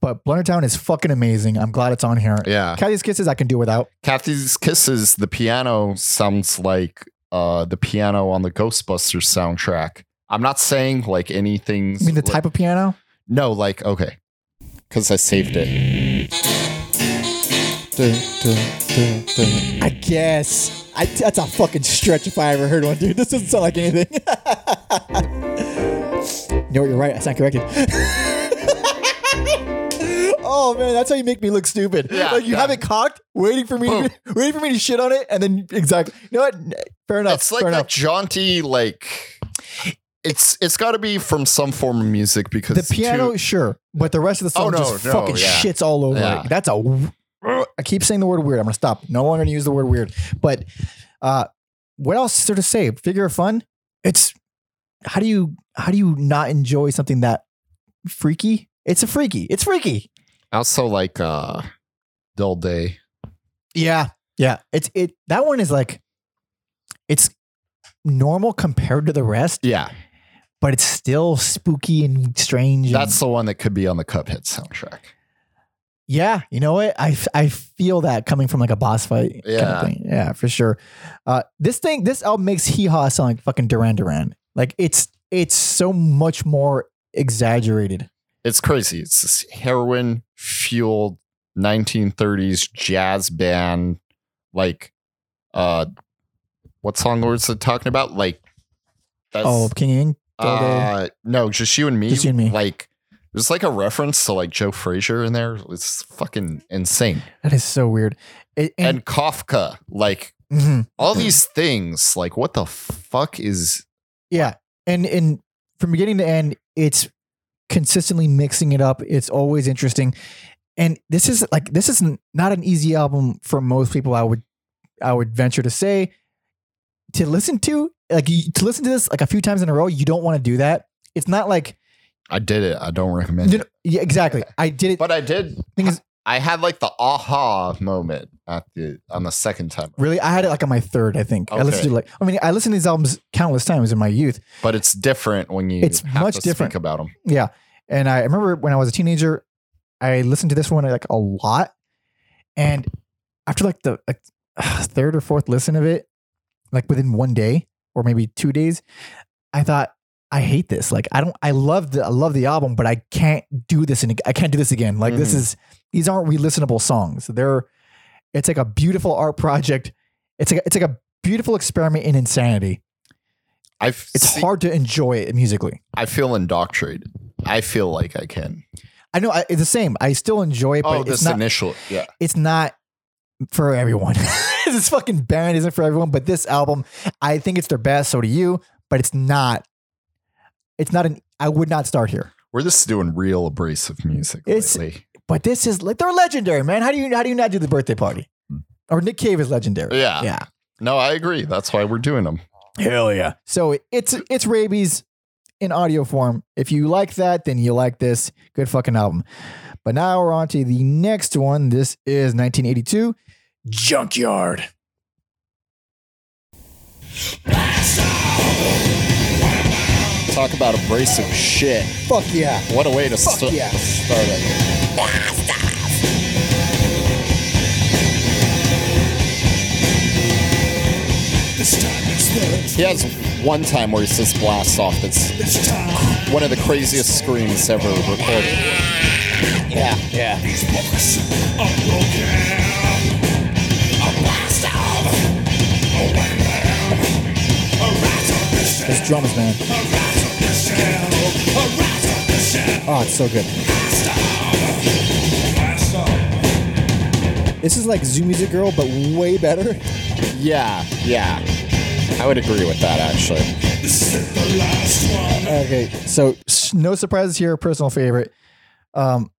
Speaker 1: But Blundertown is fucking amazing. I'm glad it's on here.
Speaker 2: yeah.
Speaker 1: Kathy's Kisses, I can do without.
Speaker 2: Kathy's Kisses, the piano sounds like uh, the piano on the Ghostbusters soundtrack. I'm not saying like anything.
Speaker 1: I mean, the type of piano.
Speaker 2: No, like, okay. Because I saved
Speaker 1: Mm,
Speaker 2: it.
Speaker 5: I guess. I, that's a fucking stretch if I ever heard one, dude. This doesn't sound like anything. no, you're right. I sound corrected. oh man, that's how you make me look stupid.
Speaker 2: Yeah,
Speaker 1: like you
Speaker 2: yeah.
Speaker 1: have it cocked, waiting for me,
Speaker 2: Boom.
Speaker 1: waiting for me to shit on it, and then exactly. You know what? Fair enough.
Speaker 2: It's like
Speaker 1: fair
Speaker 2: that
Speaker 1: enough.
Speaker 2: jaunty, like. It's it's got to be from some form of music because
Speaker 1: The piano, sure, but the rest of the song
Speaker 2: Oh, no,
Speaker 1: just
Speaker 2: no,
Speaker 1: fucking
Speaker 2: yeah.
Speaker 1: shits all over.
Speaker 2: Yeah.
Speaker 1: it. That's a. w- I keep saying the word weird. I'm gonna stop. No longer gonna use the word weird. But uh, what else is there to say? Figure of fun. It's how do you how do you not enjoy something that freaky? It's a freaky. It's freaky.
Speaker 2: I also like uh Dull Day.
Speaker 1: Yeah. Yeah. It's it that one is like it's normal compared to the rest,
Speaker 2: Yeah.
Speaker 1: but it's still spooky and strange. and-
Speaker 2: That's the one that could be on the Cuphead soundtrack.
Speaker 1: yeah, you know what? I, f- I feel that coming from like a boss fight. kind of
Speaker 2: Yeah.
Speaker 1: thing. Yeah, for sure. Uh this thing this album makes Hee Haw sound like fucking Duran Duran. Like it's it's so much more exaggerated.
Speaker 2: It's crazy. It's this heroin fueled 1930s jazz band. Like, uh, what song was it talking about? Like, that's,
Speaker 1: Oh, King Ying.
Speaker 2: uh, no, just you and me.
Speaker 1: Just You and Me.
Speaker 2: Like, there's like a reference to like Joe Frazier in there. It's fucking insane.
Speaker 1: That is so weird. It,
Speaker 2: And,
Speaker 1: and
Speaker 2: Kafka, like
Speaker 1: mhm.
Speaker 2: all these things, like what the fuck is?
Speaker 1: yeah, and and from beginning to end, it's consistently mixing it up. It's always interesting, and this is like this is n- not an easy album for most people. I would I would venture to say to listen to like you, to listen to this like a few times in a row. You don't want to do that. It's not like
Speaker 2: I did it. I don't recommend
Speaker 1: you
Speaker 2: it.
Speaker 1: know, yeah, exactly. I did it.
Speaker 2: But I did.
Speaker 1: Thing is-
Speaker 2: I had like the aha moment at the on the second time.
Speaker 1: Really, I had it like on my third. I think I listened
Speaker 2: Okay.
Speaker 1: to like I mean I listened to these albums countless times in my youth.
Speaker 2: But it's different when you.
Speaker 1: It's much different.
Speaker 2: speak about them.
Speaker 1: Yeah. And I remember when I was a teenager, I listened to this one like a lot. And after like the like, third or fourth listen of it, like within one day or maybe two days, I thought, I hate this. Like I don't I love the I love the album, but I can't do this and I can't do this again. Like this
Speaker 2: Mhm.
Speaker 1: is these aren't re-listenable songs. They're it's like a beautiful art project. It's like it's like a beautiful experiment in insanity.
Speaker 2: I've
Speaker 1: It's
Speaker 2: see-
Speaker 1: hard to enjoy it musically.
Speaker 2: I feel indoctrinated. I feel like I can.
Speaker 1: I know I, it's the same. I still enjoy it,
Speaker 2: Oh,
Speaker 1: but it's
Speaker 2: this
Speaker 1: not.
Speaker 2: initial. Yeah.
Speaker 1: it's not for everyone. this fucking band isn't for everyone. But this album, I think it's their best. So do you. But it's not. It's not an. I would not start here.
Speaker 2: We're just doing real abrasive music
Speaker 1: It's-
Speaker 2: lately.
Speaker 1: But this is like they're legendary, man. How do you how do you not do the birthday party? Or Nick Cave is legendary.
Speaker 2: Hmm. Yeah.
Speaker 1: Yeah.
Speaker 2: No, I agree. That's why we're doing them.
Speaker 1: Hell yeah. So it- it's it's rabies in audio form. If you like that, then you like this. Good fucking album. But now we're on to the next one. This is 1982 Junkyard.
Speaker 2: Talk about abrasive shit.
Speaker 5: Fuck yeah.
Speaker 2: What a way to st-
Speaker 5: yeah.
Speaker 2: start it.
Speaker 3: This time it's the
Speaker 2: He has one time where he says blast off that's
Speaker 3: this time
Speaker 2: one of the craziest screams ever recorded.
Speaker 5: Yeah. Yeah.
Speaker 3: these books are broken. A blast off. A way down. A rat on the shell.
Speaker 5: Those drums, man.
Speaker 3: A rat on the shell. A rat on the shell.
Speaker 5: Oh, it's so good.
Speaker 3: Blast off. Blast off.
Speaker 5: This is like Zoo Music Girl, but way better.
Speaker 2: Yeah, yeah. I would agree with that actually.
Speaker 3: This is the last one.
Speaker 5: Okay. So
Speaker 1: S- no surprises here. Personal favorite. Um,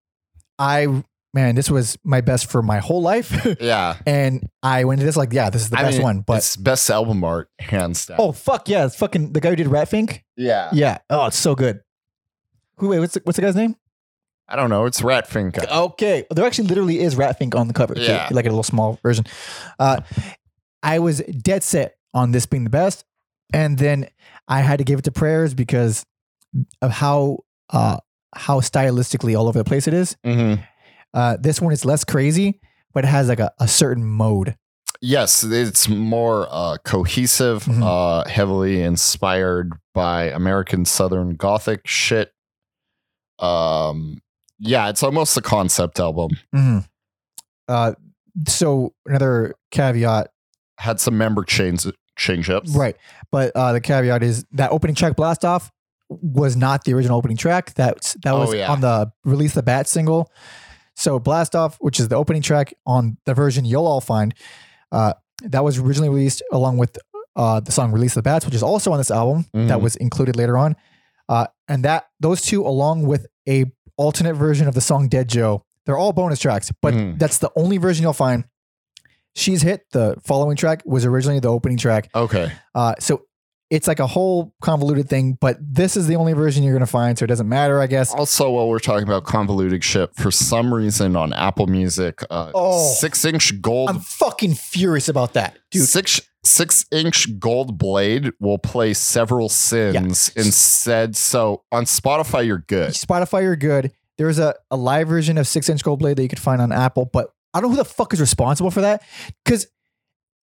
Speaker 1: I man, this was my best for my whole life,
Speaker 2: Yeah.
Speaker 1: and I went to this like, yeah, this is the
Speaker 2: I
Speaker 1: best
Speaker 2: mean,
Speaker 1: one. But
Speaker 2: it's best album art, hands down.
Speaker 1: oh fuck yeah, it's fucking the guy who did Ratfink.
Speaker 2: yeah.
Speaker 1: Yeah. Oh, it's so good. Who? Wait, what's the, what's the guy's name?
Speaker 2: I don't know. It's Ratfinger.
Speaker 1: Uh, Okay, there actually literally is Ratfink on the cover. too,
Speaker 2: Yeah.
Speaker 1: like a little small version. Uh, I was dead set on this being the best, and then I had to give it to prayers because of how uh how stylistically all over the place it is.
Speaker 2: Mm-hmm.
Speaker 1: Uh, this one is less crazy, but it has like a, a certain mode.
Speaker 2: Yes, it's more uh, cohesive,
Speaker 1: Mhm.
Speaker 2: uh, heavily inspired by American Southern Gothic shit. Um, yeah, it's almost a concept album.
Speaker 1: Uh, so another caveat,
Speaker 2: Had some member change change ups.
Speaker 1: right? But uh, the caveat is that opening track "Blast Off" was not the original opening track. That that
Speaker 2: Oh,
Speaker 1: was
Speaker 2: yeah.
Speaker 1: on the release the Bat single. So "Blast Off," which is the opening track on the version you'll all find, uh, that was originally released along with uh, the song "Release the Bats," which is also on this album that
Speaker 2: Mhm.
Speaker 1: was included later on, uh, and that those two along with a alternate version of the song "Dead Joe," they're all bonus tracks, but
Speaker 2: Mhm.
Speaker 1: that's the only version you'll find. She's hit the following track was originally the opening track.
Speaker 2: Okay.
Speaker 1: Uh, so it's like a whole convoluted thing, but this is the only version you're going to find, so it doesn't matter, I guess.
Speaker 2: Also, while we're talking about convoluted shit, for some reason on Apple Music, uh,
Speaker 1: Oh.
Speaker 2: six inch gold,
Speaker 1: I'm fucking furious about that, dude.
Speaker 2: six six inch gold blade will play several sins instead. So on Spotify, you're good.
Speaker 1: Spotify, you're good. There's a, a live version of Six Inch Gold Blade that you could find on Apple, but I don't know who the fuck is responsible for that. Because,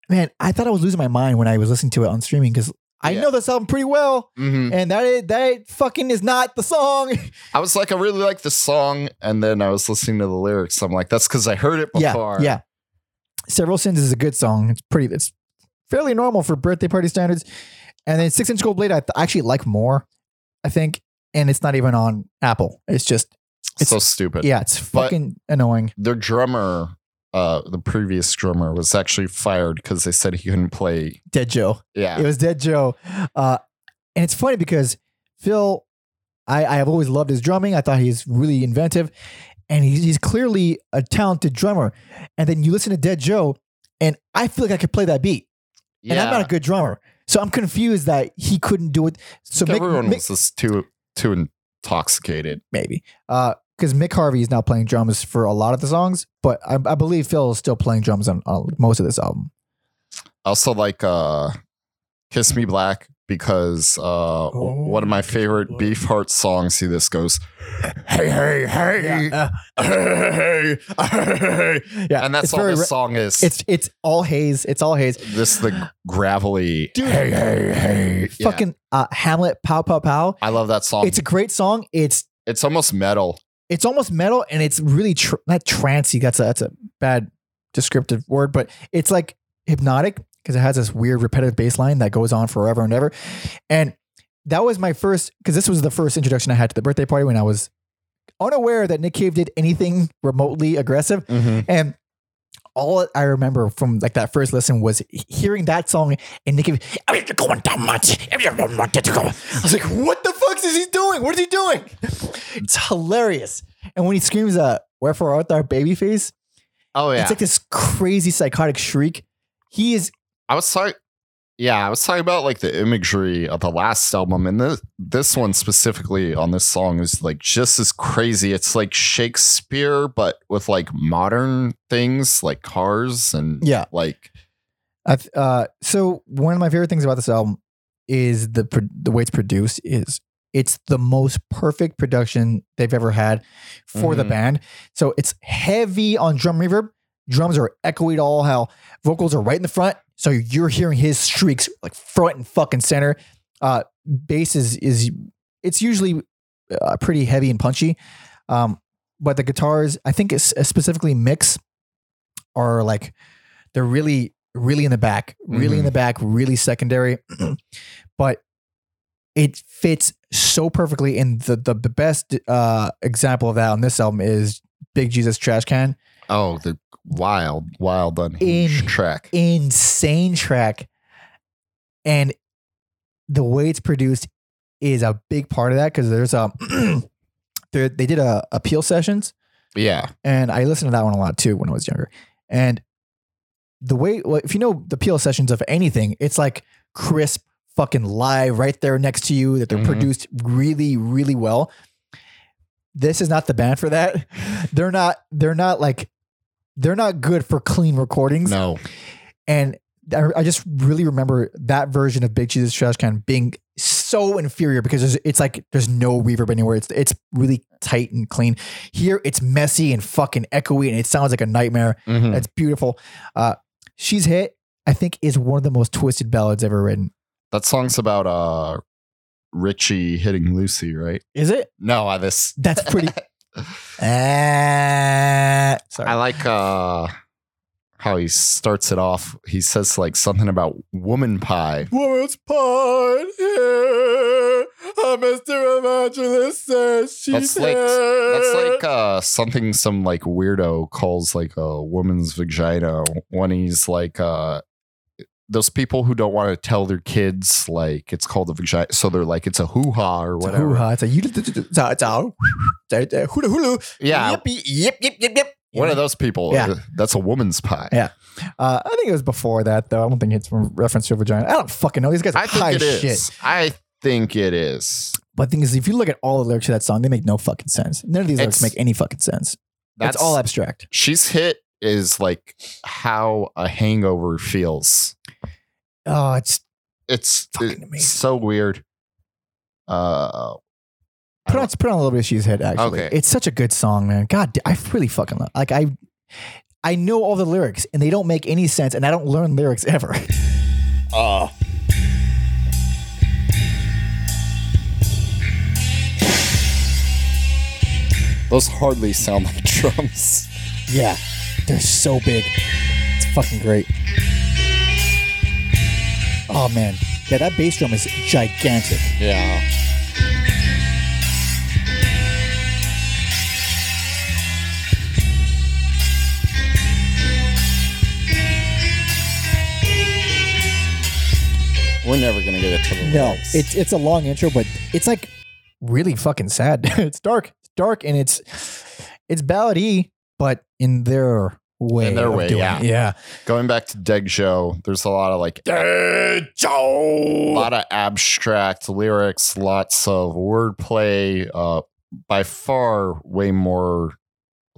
Speaker 1: man, I thought I was losing my mind when I was listening to it on streaming because I
Speaker 2: Yeah.
Speaker 1: know this album pretty well,
Speaker 2: Mhm.
Speaker 1: and that is, that fucking is not the song.
Speaker 2: I was like, I really like the song, and then I was listening to the lyrics. I'm like, that's because I heard it
Speaker 1: yeah,
Speaker 2: before.
Speaker 1: yeah. Several Sins is a good song. It's pretty. It's fairly normal for birthday party standards. And then Six Inch Gold Blade, I th- actually like more. I think, and it's not even on Apple. It's just
Speaker 2: so stupid.
Speaker 1: yeah, it's fucking annoying.
Speaker 2: their drummer, uh, the previous drummer, was actually fired because they said he couldn't play.
Speaker 1: Dead Joe.
Speaker 2: Yeah,
Speaker 1: It was Dead Joe. Uh, and it's funny because Phil, I, I have always loved his drumming. I thought he's really inventive and he's, he's clearly a talented drummer. And then you listen to Dead Joe, and I feel like I could play that beat.
Speaker 2: yeah.
Speaker 1: And I'm not a good drummer. So I'm confused that he couldn't do it. So Mick,
Speaker 2: Everyone
Speaker 1: Mick-
Speaker 2: was just too too intoxicated.
Speaker 1: maybe. Because Mick Harvey is now playing drums for a lot of the songs, but I, I believe Phil is still playing drums on, on most of this album.
Speaker 2: I also like uh, "Kiss Me Black" because uh, one of
Speaker 1: Oh,
Speaker 2: my favorite Beefheart songs. See, this goes, hey, hey, hey, hey, hey, hey,
Speaker 1: Yeah,
Speaker 2: and that's
Speaker 1: it's
Speaker 2: all
Speaker 1: very
Speaker 2: this
Speaker 1: re-
Speaker 2: song is.
Speaker 1: It's it's all haze. It's all haze.
Speaker 2: this the gravelly
Speaker 1: Dude.
Speaker 2: hey hey hey Yeah. Um,
Speaker 1: Fucking uh, Hamlet, pow pow pow.
Speaker 2: i love that song
Speaker 1: it's
Speaker 2: it's,
Speaker 1: a great song. It's
Speaker 2: almost metal
Speaker 1: it's almost metal and it's really tr- not trancy. That's a that's a bad descriptive word, but it's like hypnotic because it has this weird repetitive bass line that goes on forever and ever. And that was my first because this was the first introduction I had to the birthday party when I was unaware that Nick Cave did anything remotely aggressive. And all I remember from like that first listen was hearing that song and Nick Cave, "I'm not going that much. I'm not going that much." I was like, what the fuck is he doing? What is he doing? It's hilarious. And when he screams, uh, wherefore art thou baby face?
Speaker 2: oh yeah
Speaker 1: It's like this crazy psychotic shriek. He is
Speaker 2: i was talking yeah i was talking about like the imagery of the last album and this this one specifically on this song is like just as crazy it's like shakespeare but with like modern things like cars and
Speaker 1: Yeah.
Speaker 2: like
Speaker 1: I th- uh, so one of my favorite things about this album is the pro- the way it's produced is it's the most perfect production they've ever had for the
Speaker 2: Mhm.
Speaker 1: band. So it's heavy on drum reverb. Drums are echoey to all hell. Vocals are right in the front, so you're hearing his streaks like front and fucking center. Uh, bass is is it's usually uh, pretty heavy and punchy, um, but the guitars I think it's uh, specifically mix are like they're really really in the back, really in
Speaker 2: Mhm.
Speaker 1: the back, really secondary, but it fits so perfectly. And the the, the best uh, example of that on this album is Big Jesus Trash Can,
Speaker 2: oh the wild wild unhinged
Speaker 1: In-
Speaker 2: track
Speaker 1: insane track, and the way it's produced is a big part of that because there's a there, they did a appeal sessions
Speaker 2: yeah
Speaker 1: and I listened to that one a lot too when I was younger. And the way, well, if you know the PL sessions of anything, it's like crisp, fucking live, right there next to you. That they're
Speaker 2: Mhm.
Speaker 1: produced really, really well. This is not the band for that. They're not. They're not like. They're not good for clean recordings.
Speaker 2: no
Speaker 1: And I, I just really remember that version of Big Jesus Trash Can being so inferior because there's, it's like there's no reverb anywhere. It's it's really tight and clean. Here it's messy and fucking echoey and it sounds like a nightmare.
Speaker 2: Mhm.
Speaker 1: It's beautiful. Uh, She's hit. I think is one of the most twisted ballads ever written.
Speaker 2: that song's about uh richie hitting lucy right
Speaker 1: Is it?
Speaker 2: No, I this
Speaker 1: That's pretty. Ah, sorry.
Speaker 2: I like uh how he starts it off. He says like something about woman pie.
Speaker 1: Woman's part here. A Mr. Evangelist says she's
Speaker 2: That's like that's like uh something some like weirdo calls like a woman's vagina when he's like uh those people who don't want to tell their kids like it's called a vagina so they're like it's a hoo-ha or whatever.
Speaker 1: Hoo-ha. It's a you- it's a- it's a- it's a hula hula.
Speaker 2: Yeah.
Speaker 1: Yippee, yip, yip, yip, yip.
Speaker 2: One of those people.
Speaker 1: Yeah.
Speaker 2: That's a woman's pie.
Speaker 1: Yeah. Uh, I think it was before that, though. I don't think it's from reference to a vagina. I don't fucking know. These guys are
Speaker 2: I
Speaker 1: high
Speaker 2: think it
Speaker 1: as
Speaker 2: is.
Speaker 1: shit.
Speaker 2: I think it is.
Speaker 1: But the thing is, if you look at all the lyrics to that song, they make no fucking sense. None of these lyrics
Speaker 2: It's-
Speaker 1: make any fucking sense. That's
Speaker 2: That's
Speaker 1: all abstract.
Speaker 2: She's hit is like how a hangover feels.
Speaker 1: Oh, it's
Speaker 2: It's,
Speaker 1: Fucking
Speaker 2: it's
Speaker 1: amazing.
Speaker 2: so weird. Uh,
Speaker 1: put on put on a little bit of she's hit. Actually,
Speaker 2: Okay.
Speaker 1: it's such a good song, man. God, da- I really fucking love. Like I, I know all the lyrics, and they don't make any sense, and I don't learn lyrics ever.
Speaker 2: those hardly sound like drums.
Speaker 5: Yeah, they're so big. It's fucking great.
Speaker 1: oh man,
Speaker 5: Yeah, that bass drum is gigantic.
Speaker 2: Yeah. We're never gonna get it to the
Speaker 5: No,
Speaker 2: lyrics.
Speaker 5: it's it's a long intro, but it's like
Speaker 1: really fucking sad. it's dark, it's dark, and it's it's ballady, but in their way.
Speaker 2: In their
Speaker 1: of
Speaker 2: way,
Speaker 1: doing
Speaker 2: yeah.
Speaker 1: it. yeah.
Speaker 2: going back to Deg Joe. There's a lot of like Deg Joe, a lot of abstract lyrics, lots of wordplay. Uh, by far, way more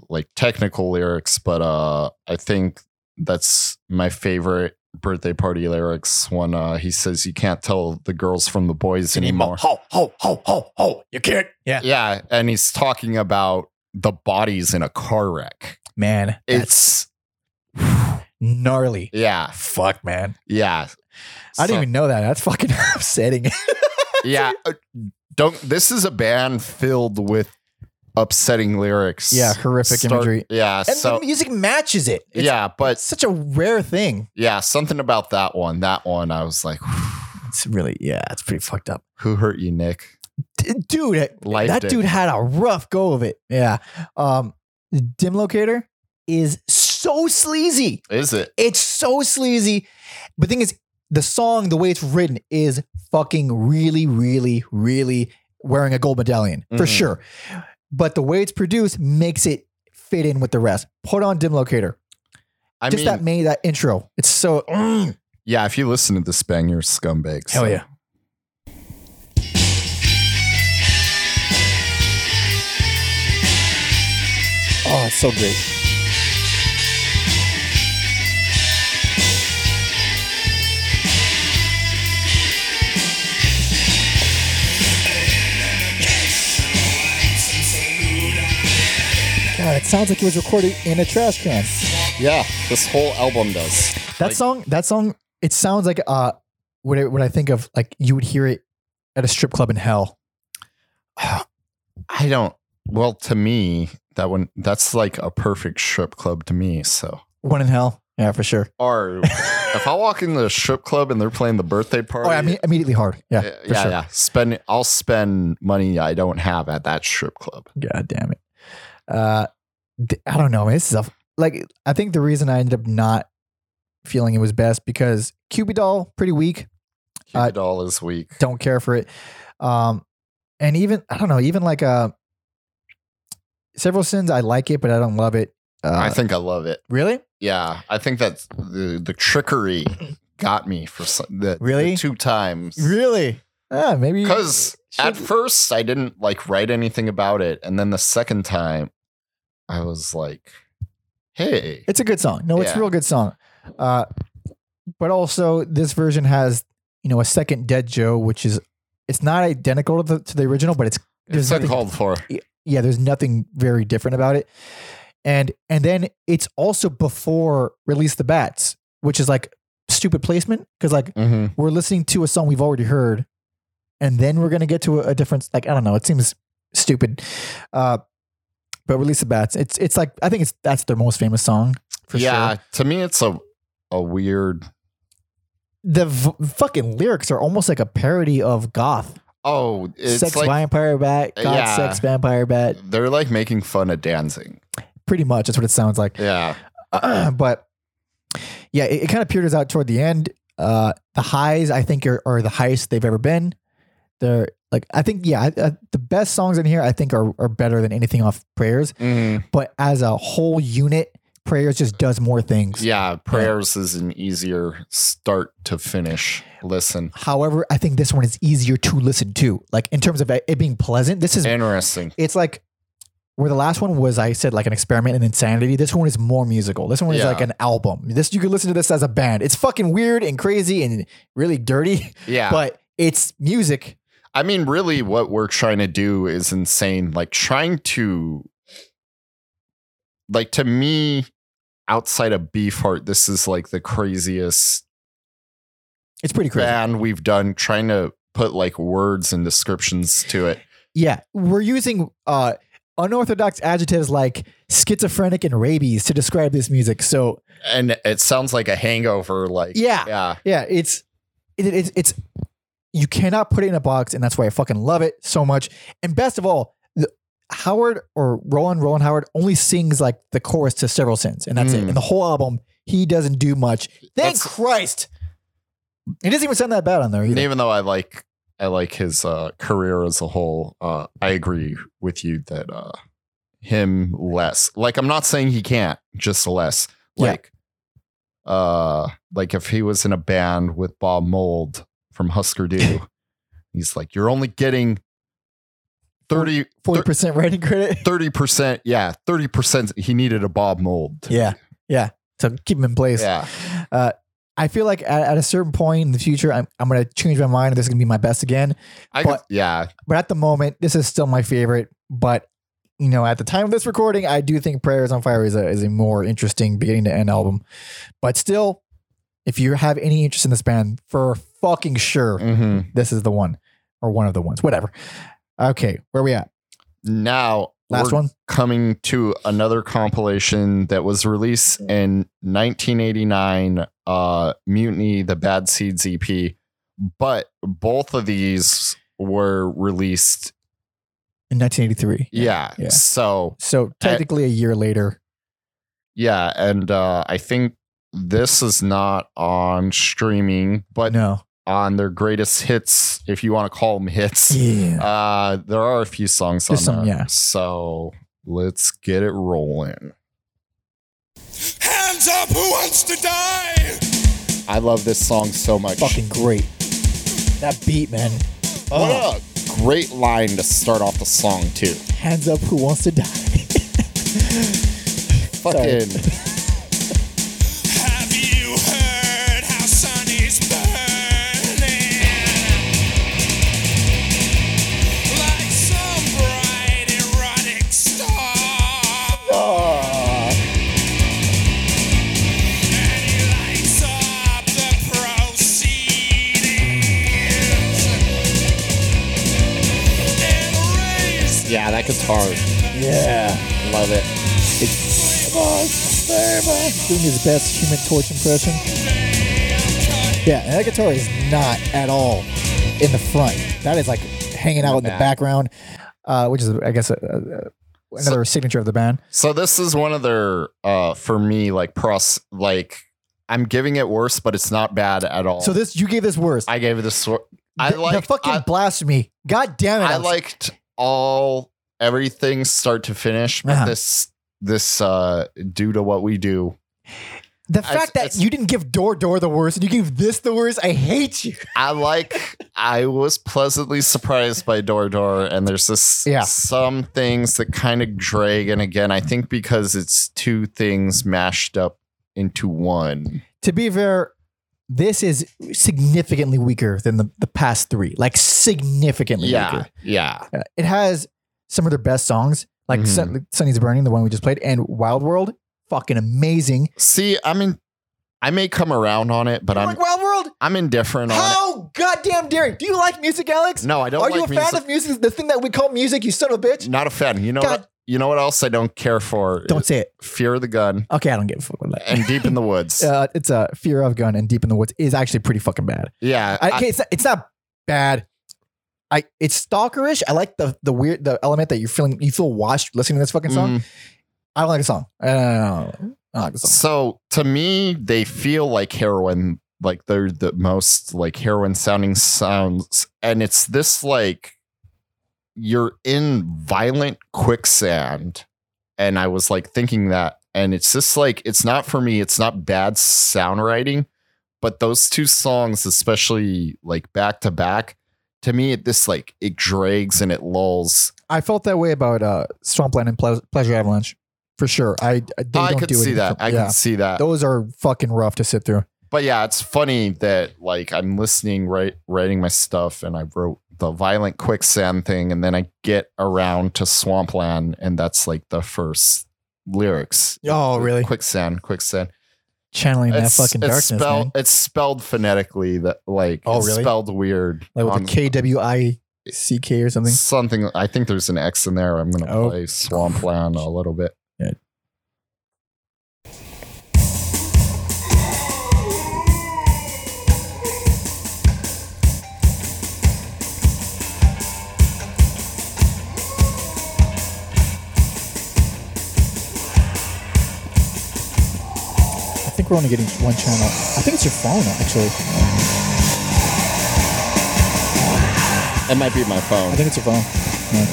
Speaker 2: like technical lyrics, but uh, I think that's my favorite birthday party lyrics when uh, he says you can't tell the girls from the boys anymore.
Speaker 1: Ho ho ho ho ho! You can't. Yeah,
Speaker 2: Yeah, and he's talking about the bodies in a car wreck.
Speaker 1: man, it's
Speaker 2: It's
Speaker 1: gnarly.
Speaker 2: yeah,
Speaker 1: Fuck, man.
Speaker 2: yeah.
Speaker 1: I
Speaker 2: So-
Speaker 1: didn't even know that. That's fucking upsetting.
Speaker 2: yeah uh, don't this is a band filled with upsetting lyrics
Speaker 1: yeah, horrific
Speaker 2: Start-
Speaker 1: imagery.
Speaker 2: yeah
Speaker 1: And
Speaker 2: so
Speaker 1: the music matches it. It's
Speaker 2: yeah but
Speaker 1: such a rare thing.
Speaker 2: yeah something about that one that one i was like
Speaker 1: It's really, yeah, it's pretty fucked up.
Speaker 2: who hurt you nick
Speaker 1: D- dude, that-
Speaker 2: Life
Speaker 1: that
Speaker 2: did.
Speaker 1: dude had a rough go of it. Yeah. Um, Dim Locator is so sleazy.
Speaker 2: is it
Speaker 1: It's so sleazy. But thing is, the song, the way it's written, is fucking really, really, really wearing a gold medallion for
Speaker 2: Mhm.
Speaker 1: sure. But the way it's produced makes it fit in with the rest. Put on Dim Locator.
Speaker 2: i
Speaker 1: Just
Speaker 2: mean
Speaker 1: that main that intro. It's so mm.
Speaker 2: yeah if you listen to this bang you're scumbags So-
Speaker 5: oh, it's so great. God, it sounds like it was recorded in a trash can.
Speaker 2: yeah this whole album does
Speaker 1: That
Speaker 2: Like-
Speaker 1: song, that song, it sounds like uh when I, when I think of like you would hear it at a strip club in hell.
Speaker 2: i don't well to me that one that's like a perfect strip club to me so
Speaker 1: One in hell. Yeah, for sure.
Speaker 2: or if i walk in the strip club and they're playing the birthday party
Speaker 1: Oh, I mean immediately hard. Yeah.
Speaker 2: yeah,
Speaker 1: for
Speaker 2: yeah,
Speaker 1: sure.
Speaker 2: yeah. Spend. I'll spend money I don't have at that strip club.
Speaker 1: God damn it. Uh, th- I don't know. man. This is a, like, I think the reason I ended up not feeling it was best because Cupid Doll, pretty weak. Uh,
Speaker 2: Cupid all is weak.
Speaker 1: Don't care for it. Um, and even, I don't know, even like, uh, Several Sins, I like it, but I don't love it. Uh,
Speaker 2: I think I love it.
Speaker 1: really?
Speaker 2: Yeah, I think that's the the trickery got me for some, the,
Speaker 1: Really?
Speaker 2: the two times.
Speaker 1: Really? Yeah, maybe.
Speaker 2: Because at
Speaker 1: Should-
Speaker 2: first I didn't like write anything about it, and then the second time I was like, "Hey,
Speaker 1: It's a good song. No, it's
Speaker 2: Yeah.
Speaker 1: a real good song. Uh, but also, this version has you know a second Dead Joe, which is it's not identical to the, to the original, but it's
Speaker 2: it's
Speaker 1: there's nothing,
Speaker 2: uncalled for."
Speaker 1: yeah, there's nothing very different about it. And and then it's also before Release the Bats, which is like stupid placement because like
Speaker 2: Mm-hmm.
Speaker 1: we're listening to a song we've already heard, and then we're gonna get to a, a different like I don't know. It seems stupid. Uh, but Release the Bats, it's it's like I think it's that's their most famous song. For sure.
Speaker 2: yeah, to me it's a a weird.
Speaker 1: the v- fucking lyrics are almost like a parody of goth.
Speaker 2: Oh, it's
Speaker 1: sex
Speaker 2: like Uh,
Speaker 1: vampire bat, goth
Speaker 2: Yeah.
Speaker 1: sex vampire bat.
Speaker 2: they're like making fun of dancing.
Speaker 1: Pretty much, that's what it sounds like.
Speaker 2: Yeah.
Speaker 1: but yeah, it, it kind of peters out toward the end. Uh, the highs, I think, are, are the highest they've ever been. They're like I think yeah, I, I, the best songs in here I think are are better than anything off prayers.
Speaker 2: Mm,
Speaker 1: But as a whole unit, prayers just does more things.
Speaker 2: yeah, prayers is an easier start to finish. Listen,
Speaker 1: However, I think this one is easier to listen to. Like in terms of it it being pleasant, this is
Speaker 2: interesting.
Speaker 1: it's like where the last one was I said like an experiment in insanity. This one is more musical. This one is
Speaker 2: Yeah.
Speaker 1: like an album. This you can listen to this as a band. It's fucking weird and crazy and really dirty,
Speaker 2: Yeah,
Speaker 1: but it's music.
Speaker 2: I mean, really, what we're trying to do is insane. Like, trying to, like, to me, outside of Beefheart, this is like the craziest
Speaker 1: It's pretty crazy.
Speaker 2: band we've done. Trying to put like words and descriptions to it.
Speaker 1: Yeah, we're using uh unorthodox adjectives like schizophrenic and rabies to describe this music. So
Speaker 2: And it sounds like a hangover. Like,
Speaker 1: Yeah.
Speaker 2: Yeah.
Speaker 1: yeah, it's it, it's it's you cannot put it in a box, and that's why I fucking love it so much. And best of all, the, Howard or Roland Roland Howard only sings like the chorus to several sins, and that's it.
Speaker 2: Mm.
Speaker 1: And the whole album, he doesn't do much. Thank
Speaker 2: That's-
Speaker 1: Christ. It doesn't even sound that bad on there
Speaker 2: And
Speaker 1: either.
Speaker 2: even though I like, I like his uh, career as a whole, uh, I agree with you that uh, him less. Like, I'm not saying he can't, just less.
Speaker 1: Yeah.
Speaker 2: Like, uh, like if he was in a band with Bob Mold from Husker Du, he's like, you're only getting 30
Speaker 1: Forty percent writing credit.
Speaker 2: percent. Yeah, thirty percent. He needed a Bob Mold. to-
Speaker 1: Yeah, yeah. So keep him in place.
Speaker 2: yeah.
Speaker 1: Uh, I feel like at, at a certain point in the future, I'm, I'm going to change my mind. and This is going to be my best again.
Speaker 2: I could,
Speaker 1: But-
Speaker 2: yeah.
Speaker 1: But at the moment, this is still my favorite. But, you know, at the time of this recording, I do think Prayers on Fire is a, is a more interesting beginning to end album. But still, if you have any interest in this band, for fucking sure,
Speaker 2: hmm
Speaker 1: this is the one or one of the ones, whatever. Okay, where we at?
Speaker 2: Now,
Speaker 1: Last
Speaker 2: we're
Speaker 1: one?
Speaker 2: coming to another compilation that was released in 1989 uh mutiny the bad seeds ep but both of these were released
Speaker 1: In 1983.
Speaker 2: yeah,
Speaker 1: Yeah.
Speaker 2: so
Speaker 1: So technically a year later.
Speaker 2: yeah and uh i think this is not on streaming but
Speaker 1: no.
Speaker 2: on their greatest hits if you want to call them hits
Speaker 1: Yeah.
Speaker 2: uh there are a few songs on
Speaker 1: There's some,
Speaker 2: there
Speaker 1: yeah.
Speaker 2: so let's get it rolling
Speaker 3: Hands up, who wants to die?
Speaker 2: i love this song so much
Speaker 5: Fucking great.
Speaker 1: that beat, man. Oh,
Speaker 2: What a great line to start off the song too.
Speaker 5: Hands up who wants to die.
Speaker 2: Fucking
Speaker 3: Have you heard how sun is burning? Like some bright erotic star.
Speaker 2: Oh.
Speaker 3: And he lights up the proceedings. And raised
Speaker 2: yeah, that guitar,
Speaker 5: Yeah.
Speaker 2: love it.
Speaker 5: Doing his best human torch impression. Yeah, and that guitar is not at all in the front. That is like hanging out in the
Speaker 2: Back.
Speaker 5: background.
Speaker 1: Uh, which is, I guess, uh, uh, another signature of the band.
Speaker 2: So this is one of their, uh, for me, like pros, like I'm giving it worse, but it's not bad at all.
Speaker 1: So this you gave this worst.
Speaker 2: I gave this. wor- I
Speaker 1: The- the
Speaker 2: like
Speaker 1: fucking
Speaker 2: I,
Speaker 1: blasphemy. God damn it!
Speaker 2: I
Speaker 1: Alex.
Speaker 2: liked all everything start to finish, but
Speaker 1: Uh-huh.
Speaker 2: this this uh due to what we do,
Speaker 1: the
Speaker 2: I-
Speaker 1: fact that
Speaker 2: it's-
Speaker 1: you didn't give Door Door the worst and you gave this the worst. I hate you.
Speaker 2: I like. I was pleasantly surprised by Door Door, and there's this
Speaker 1: Yeah.
Speaker 2: some things that kind of drag. And again, I think because it's two things mashed up into one.
Speaker 1: To be fair, this is significantly weaker than the, the past three. Like significantly
Speaker 2: Yeah,
Speaker 1: weaker.
Speaker 2: yeah,
Speaker 1: Uh, It has some of their best songs, like
Speaker 2: Mhm.
Speaker 1: Sun- Sunny's Burning, the one we just played, and Wild World. Fucking amazing.
Speaker 2: See, I mean, I may come around on it, but
Speaker 1: You
Speaker 2: I'm
Speaker 1: like Wild World?
Speaker 2: I'm indifferent on
Speaker 1: How goddamn dare you? Do you like music, Alex?
Speaker 2: it. No, I don't.
Speaker 1: Are
Speaker 2: like
Speaker 1: you a
Speaker 2: music.
Speaker 1: fan of music? The thing that we call music, you son of a bitch.
Speaker 2: Not a fan. You know
Speaker 1: God.
Speaker 2: what? You know what else I don't care for?
Speaker 1: Don't say it.
Speaker 2: Fear of the Gun
Speaker 1: Okay, I don't give a fuck about that.
Speaker 2: and Deep in the Woods.
Speaker 1: Uh, it's a uh, fear of gun and deep in the woods is actually pretty fucking bad.
Speaker 2: yeah,
Speaker 1: I, okay, it's not, it's not bad. I it's stalkerish. I like the the weird the element that you're feeling you feel watched listening to this fucking song.
Speaker 2: mm.
Speaker 1: I don't like the song. I don't, I don't- I don't like the song.
Speaker 2: So to me, they feel like heroin. like they're the most like heroin sounding sounds and it's this like you're in violent quicksand and i was like thinking that and it's just like it's not for me it's not bad sound writing but those two songs especially like back to back to me it this like it drags and it lulls
Speaker 1: I felt that way about uh, Swampland and Ple- Pleasure Avalanche for sure. I I, they
Speaker 2: Oh, i
Speaker 1: don't
Speaker 2: could
Speaker 1: do
Speaker 2: see
Speaker 1: anything
Speaker 2: that
Speaker 1: for-
Speaker 2: i
Speaker 1: yeah.
Speaker 2: could see that
Speaker 1: Those are fucking rough to sit through.
Speaker 2: but yeah, it's funny that like I'm listening, right, writing my stuff, and I wrote the violent quicksand thing, and then I get around to swampland, and that's like the first lyrics.
Speaker 1: Oh, really?
Speaker 2: Quicksand, quicksand.
Speaker 1: Channeling that fucking darkness,
Speaker 2: spelled,
Speaker 1: man.
Speaker 2: It's spelled phonetically that like
Speaker 1: Oh,
Speaker 2: it's
Speaker 1: really?
Speaker 2: spelled weird.
Speaker 1: Like with
Speaker 2: on
Speaker 1: a K W I C K or something.
Speaker 2: something. I think there's an X in there. I'm gonna
Speaker 1: Oh.
Speaker 2: play swampland a little bit.
Speaker 5: I think we're only getting one channel. I think it's your phone, actually.
Speaker 2: It might be my phone.
Speaker 5: I think it's your phone. Yeah,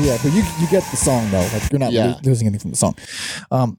Speaker 5: yeah but you you get the song though. Like you're not lo-
Speaker 2: Yeah.
Speaker 5: losing anything from the song.
Speaker 1: Um,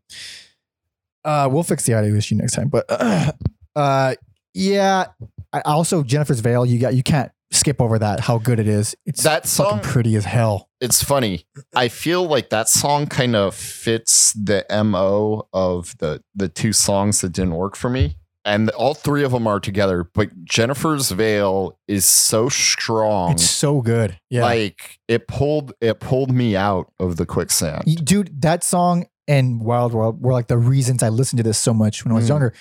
Speaker 1: uh, we'll fix the audio issue next time. But uh, yeah, I also Jennifer's Veil. You got you can't skip over that. How good it is. It's
Speaker 2: That
Speaker 1: fucking
Speaker 2: song
Speaker 1: pretty as hell.
Speaker 2: it's funny. I feel like that song kind of fits the mo of the the two songs that didn't work for me, and all three of them are together. But Jennifer's Veil is so strong,
Speaker 1: It's so good. Yeah,
Speaker 2: like it pulled it pulled me out of the quicksand.
Speaker 1: You- dude, that song and Wild World were like the reasons I listened to this so much when I was
Speaker 2: Mm.
Speaker 1: younger.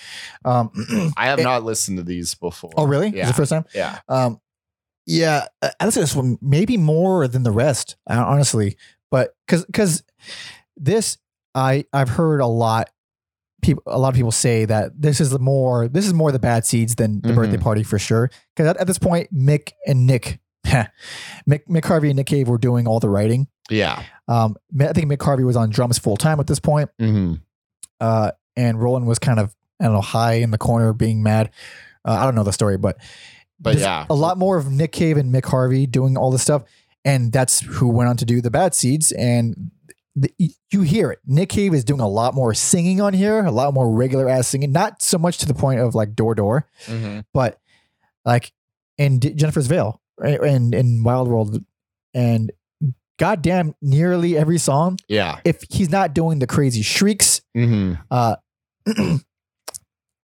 Speaker 1: Um,
Speaker 2: I have
Speaker 1: it-
Speaker 2: not listened to these before.
Speaker 1: oh, really? Is
Speaker 2: Yeah,
Speaker 1: it the first time?
Speaker 2: yeah.
Speaker 1: Um, yeah, I I listened to this one maybe more than the rest, uh, honestly. But because because this, I I've heard a lot. People, a lot of people say that this is the more this is more the bad seeds than the
Speaker 2: Mhm.
Speaker 1: birthday party for sure. Because at, at this point, Mick and Nick, Mick Mick Harvey and Nick Cave were doing all the writing.
Speaker 2: Yeah.
Speaker 1: Um, I think Mick Harvey was on drums full time at this point
Speaker 2: Mhm.
Speaker 1: uh, and Roland was kind of I don't know high in the corner being mad. Uh, I don't know the story, but
Speaker 2: But
Speaker 1: there's
Speaker 2: yeah.
Speaker 1: a lot more of Nick Cave and Mick Harvey doing all this stuff, and that's who went on to do the Bad Seeds. And the, you hear it. Nick Cave is doing a lot more singing on here, a lot more regular ass singing, not so much to the point of like door door,
Speaker 2: Mhm.
Speaker 1: but like in D- Jennifer's Veil right, and in Wild World, and goddamn, nearly every song.
Speaker 2: Yeah.
Speaker 1: If he's not doing the crazy shrieks
Speaker 2: hmm
Speaker 1: uh,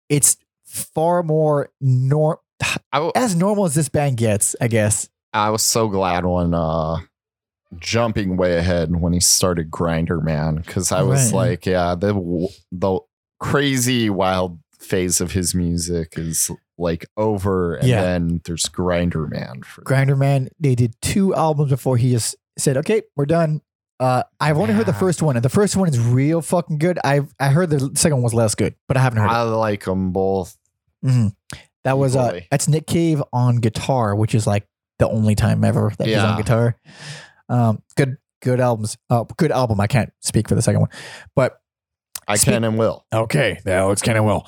Speaker 1: it's far more nor
Speaker 2: I, w-
Speaker 1: as normal as this band gets, I guess.
Speaker 2: I was so glad when uh jumping way ahead when he started Grinder Man because I was
Speaker 1: Right.
Speaker 2: like, yeah, the w- the crazy wild phase of his music is like over, and
Speaker 1: Yeah.
Speaker 2: then there's Grinder Man. For
Speaker 1: Grinder Man, they did two albums before he just said, "Okay, we're done." Uh, I've only heard the
Speaker 2: Yeah.
Speaker 1: first one, and the first one is real fucking good. I I heard the second one was less good, but I haven't heard
Speaker 2: I like them both.
Speaker 1: it. Mhm. That was uh,
Speaker 2: Boy.
Speaker 1: that's Nick Cave on guitar, which is like the only time ever that he's on
Speaker 2: Yeah.
Speaker 1: guitar. Um, good good albums, uh, good album. I can't speak for the second one, but
Speaker 2: I
Speaker 1: Speak-
Speaker 2: can and will.
Speaker 1: Okay, that Alex Cannon will.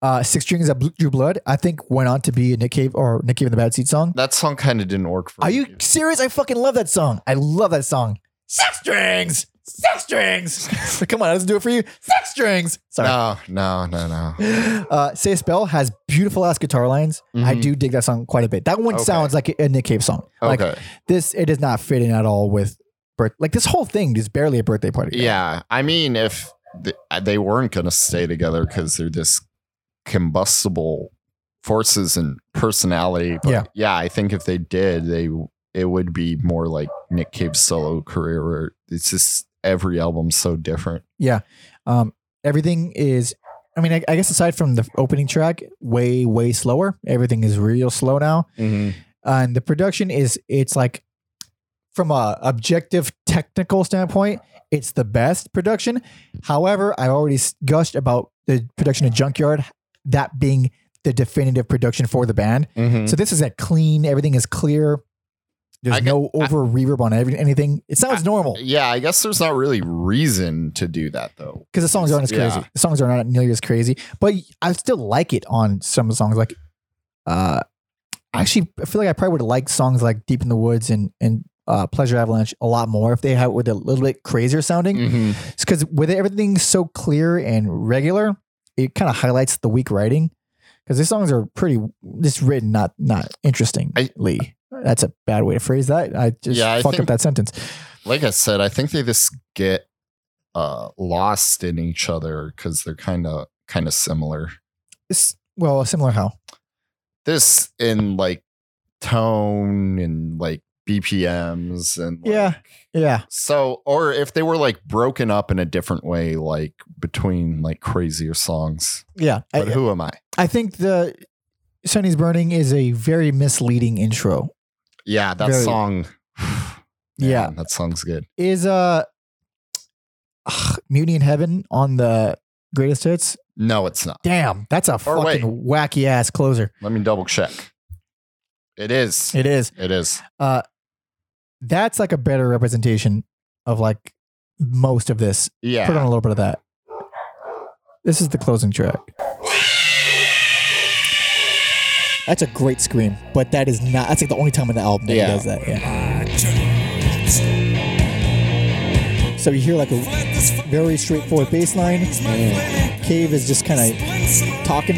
Speaker 1: Uh, Six Strings that Drew Blood, I think, went on to be a Nick Cave or Nick Cave and the Bad Seed song.
Speaker 2: That song kind of didn't work for
Speaker 1: Are
Speaker 2: me.
Speaker 1: you serious? I fucking love that song. I love that song. Six Strings, Six Strings. Come on, that doesn't do it for you. Six Strings. Sorry.
Speaker 2: No, no, no, no.
Speaker 1: Uh, Say a Spell has beautiful ass guitar lines. I
Speaker 2: Mhm.
Speaker 1: do dig that song quite a bit. That one
Speaker 2: Okay.
Speaker 1: sounds like a Nick Cave song. Like
Speaker 2: Okay.
Speaker 1: this, it is not fitting at all with birth. Like this whole thing is barely a birthday party.
Speaker 2: Yeah, I mean, if th- uh, they weren't going to stay together because they're just combustible forces and personality, but
Speaker 1: Yeah.
Speaker 2: yeah. I think if they did, they it would be more like Nick Cave's solo career, where it's just every album's so different.
Speaker 1: Um, everything is, I mean, I, I guess aside from the opening track, way, way slower. Everything is real slow now.
Speaker 2: Mm-hmm,
Speaker 1: And the production is, it's like, from a objective technical standpoint, it's the best production. However, I already s- gushed about the production of Junkyard, that being
Speaker 2: Mm-hmm.
Speaker 1: the definitive production for the band. So this is a clean, everything is clear. There's
Speaker 2: I get-
Speaker 1: no over reverb on every, anything. It sounds normal
Speaker 2: Yeah, I guess there's not really reason to do that though.
Speaker 1: because the songs aren't as crazy.
Speaker 2: Yeah.
Speaker 1: The songs are not nearly as crazy, but I still like it on some songs. Like, uh, actually, I feel like I probably would have liked songs like "Deep in the Woods" and and uh, "Pleasure Avalanche" a lot more if they had with a little bit crazier sounding.
Speaker 2: Mm. Mm-hmm.
Speaker 1: because with everything so clear and regular, it kind of highlights the weak writing. Because these songs are pretty just written not not interestingly. That's a bad way to phrase that. I just
Speaker 2: Yeah, I
Speaker 1: fucked up
Speaker 2: think-
Speaker 1: that sentence.
Speaker 2: Like I said, I think they just get uh, lost in each other because they're kind of kind of similar.
Speaker 1: It's, well, similar how
Speaker 2: This in like tone and like BPMs and like,
Speaker 1: Yeah. yeah
Speaker 2: So, or if they were like broken up in a different way, like between like crazier songs.
Speaker 1: yeah.
Speaker 2: But
Speaker 1: I,
Speaker 2: who am I?
Speaker 1: I think the Sunny's burning is a very misleading intro.
Speaker 2: Yeah, that
Speaker 1: Very-
Speaker 2: song.
Speaker 1: Yeah.
Speaker 2: Man, that song's good.
Speaker 1: Is uh, Mutiny in Heaven on the greatest hits?
Speaker 2: No, it's not.
Speaker 1: Damn, that's a
Speaker 2: Or wait.
Speaker 1: fucking wacky ass closer.
Speaker 2: Let me double check. It is.
Speaker 1: It is.
Speaker 2: It is.
Speaker 1: uh that's like a better representation of like most of this put on
Speaker 2: Yeah.
Speaker 1: a little bit of that this is the closing track
Speaker 5: That's a great scream, but that is not. That's like the only time in the album that
Speaker 2: Yeah.
Speaker 5: he does that. Yeah. So you hear like a very straightforward bass line. Cave is just kind of talking.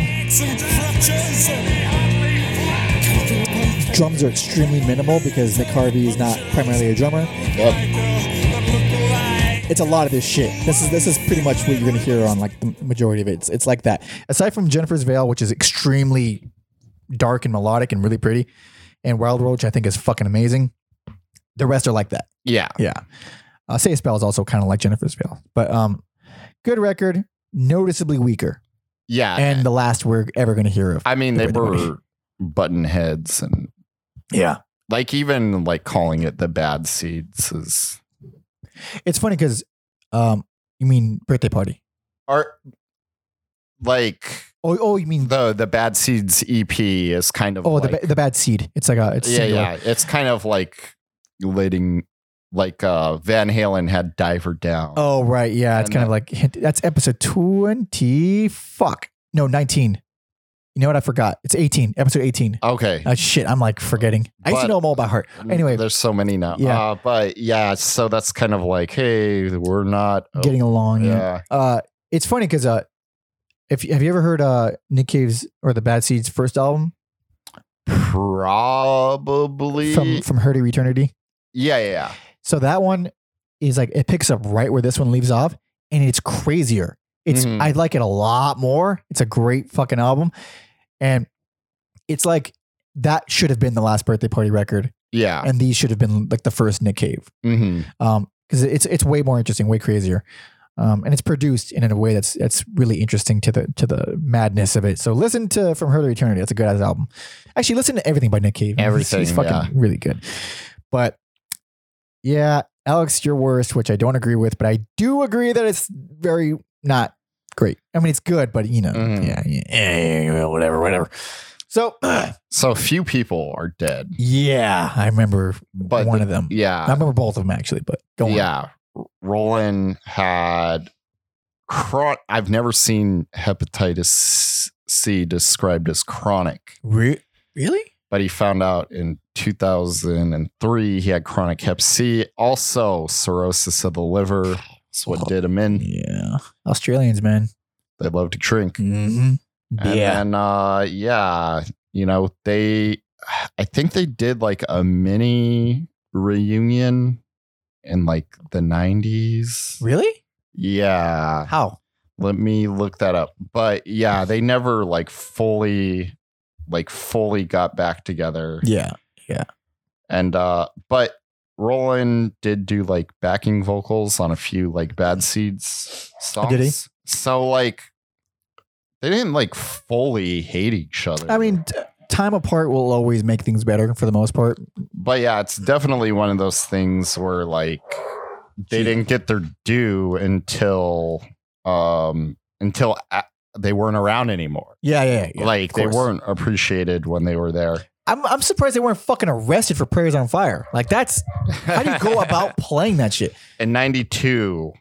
Speaker 5: Drums are extremely minimal because Nick Harvey is not primarily a drummer. It's a lot of this shit. This is this is pretty much what you're gonna hear on like the majority of it. It's, it's like that.
Speaker 1: aside from jennifer's veil which is extremely dark and melodic and really pretty and wild road which i think is fucking amazing the rest are like that
Speaker 2: Yeah.
Speaker 1: yeah uh, say a spell is also kind of like jennifer's veil but um good record noticeably weaker
Speaker 2: Yeah.
Speaker 1: and the last we're ever going to hear of
Speaker 2: I mean, they
Speaker 1: Wait, wait.
Speaker 2: were button heads and
Speaker 1: yeah
Speaker 2: like even like calling it the bad seeds is
Speaker 1: it's funny because um you mean birthday party
Speaker 2: are like
Speaker 1: oh oh you mean
Speaker 2: the the bad seeds EP is kind of
Speaker 1: oh
Speaker 2: like,
Speaker 1: the, ba- the bad seed it's like a it's
Speaker 2: yeah
Speaker 1: singular.
Speaker 2: yeah it's kind of like letting like uh Van Halen had Diver Down
Speaker 1: Oh right, yeah. It's
Speaker 2: And
Speaker 1: kind of like hint- that's episode twenty. Fuck, no, nineteen. You know what? I forgot. It's eighteen. Episode eighteen.
Speaker 2: okay
Speaker 1: Oh shit, I'm like forgetting. I used to
Speaker 2: But-
Speaker 1: know them all by heart. Anyway,
Speaker 2: there's so many now
Speaker 1: Yeah.
Speaker 2: uh, but yeah so that's kind of like hey we're not oh,
Speaker 1: getting along. Yeah.
Speaker 2: yeah
Speaker 1: Uh, it's funny because uh, if have you ever heard uh Nick Cave's or the Bad Seeds first album
Speaker 2: probably
Speaker 1: from from Her to Eternity?
Speaker 2: yeah yeah yeah
Speaker 1: So that one is like it picks up right where this one leaves off, and it's crazier. It's
Speaker 2: Mhm.
Speaker 1: I like it a lot more. It's a great fucking album, and it's like that should have been the last birthday party record,
Speaker 2: yeah
Speaker 1: and these should have been like the first Nick Cave,
Speaker 2: hmm
Speaker 1: um, because it's it's way more interesting, way crazier, um, and it's produced in a way that's that's really interesting to the to the madness of it. So listen to From Her to Eternity. That's a good ass album. Actually, listen to everything by Nick Cave. He's- he's
Speaker 2: Everything,
Speaker 1: fucking
Speaker 2: yeah.
Speaker 1: really good. But yeah, Alex, you're worst, which I don't agree with, but I do agree that it's very not great. I mean, it's good, but you know,
Speaker 2: Mhm.
Speaker 1: yeah, yeah, yeah, yeah, whatever, whatever. So
Speaker 2: so few people are dead
Speaker 1: yeah, I remember
Speaker 2: But
Speaker 1: one of them. I
Speaker 2: yeah
Speaker 1: remember both of them actually, but go on.
Speaker 2: yeah Roland had chron- I've never seen hepatitis C described as chronic
Speaker 1: Re- really?
Speaker 2: but he found out in 2003 he had chronic hep C, also cirrhosis of the liver. That's what did him in.
Speaker 1: Yeah, Australians, man.
Speaker 2: They love to drink.
Speaker 1: Mm-hmm.
Speaker 2: And then, uh, yeah, you know, they, I think they did like a mini reunion in like the 90s.
Speaker 1: really?
Speaker 2: Yeah.
Speaker 1: How?
Speaker 2: Let me look that up. But yeah, they never like fully, like fully got back together.
Speaker 1: Yeah.
Speaker 2: and uh but roland did do like backing vocals on a few like bad seeds songs
Speaker 1: Oh, Did he?
Speaker 2: so like they didn't like fully hate each other
Speaker 1: I mean, t- time apart will always make things better for the most part.
Speaker 2: but yeah it's definitely one of those things where like they didn't get their due until um until a- they weren't around anymore
Speaker 1: Yeah, yeah, yeah.
Speaker 2: like
Speaker 1: of
Speaker 2: they
Speaker 1: course.
Speaker 2: weren't appreciated when they were there
Speaker 1: I'm, I'm surprised they weren't fucking arrested for Prayers on Fire. Like, that's how do you go about playing that shit?
Speaker 2: in 92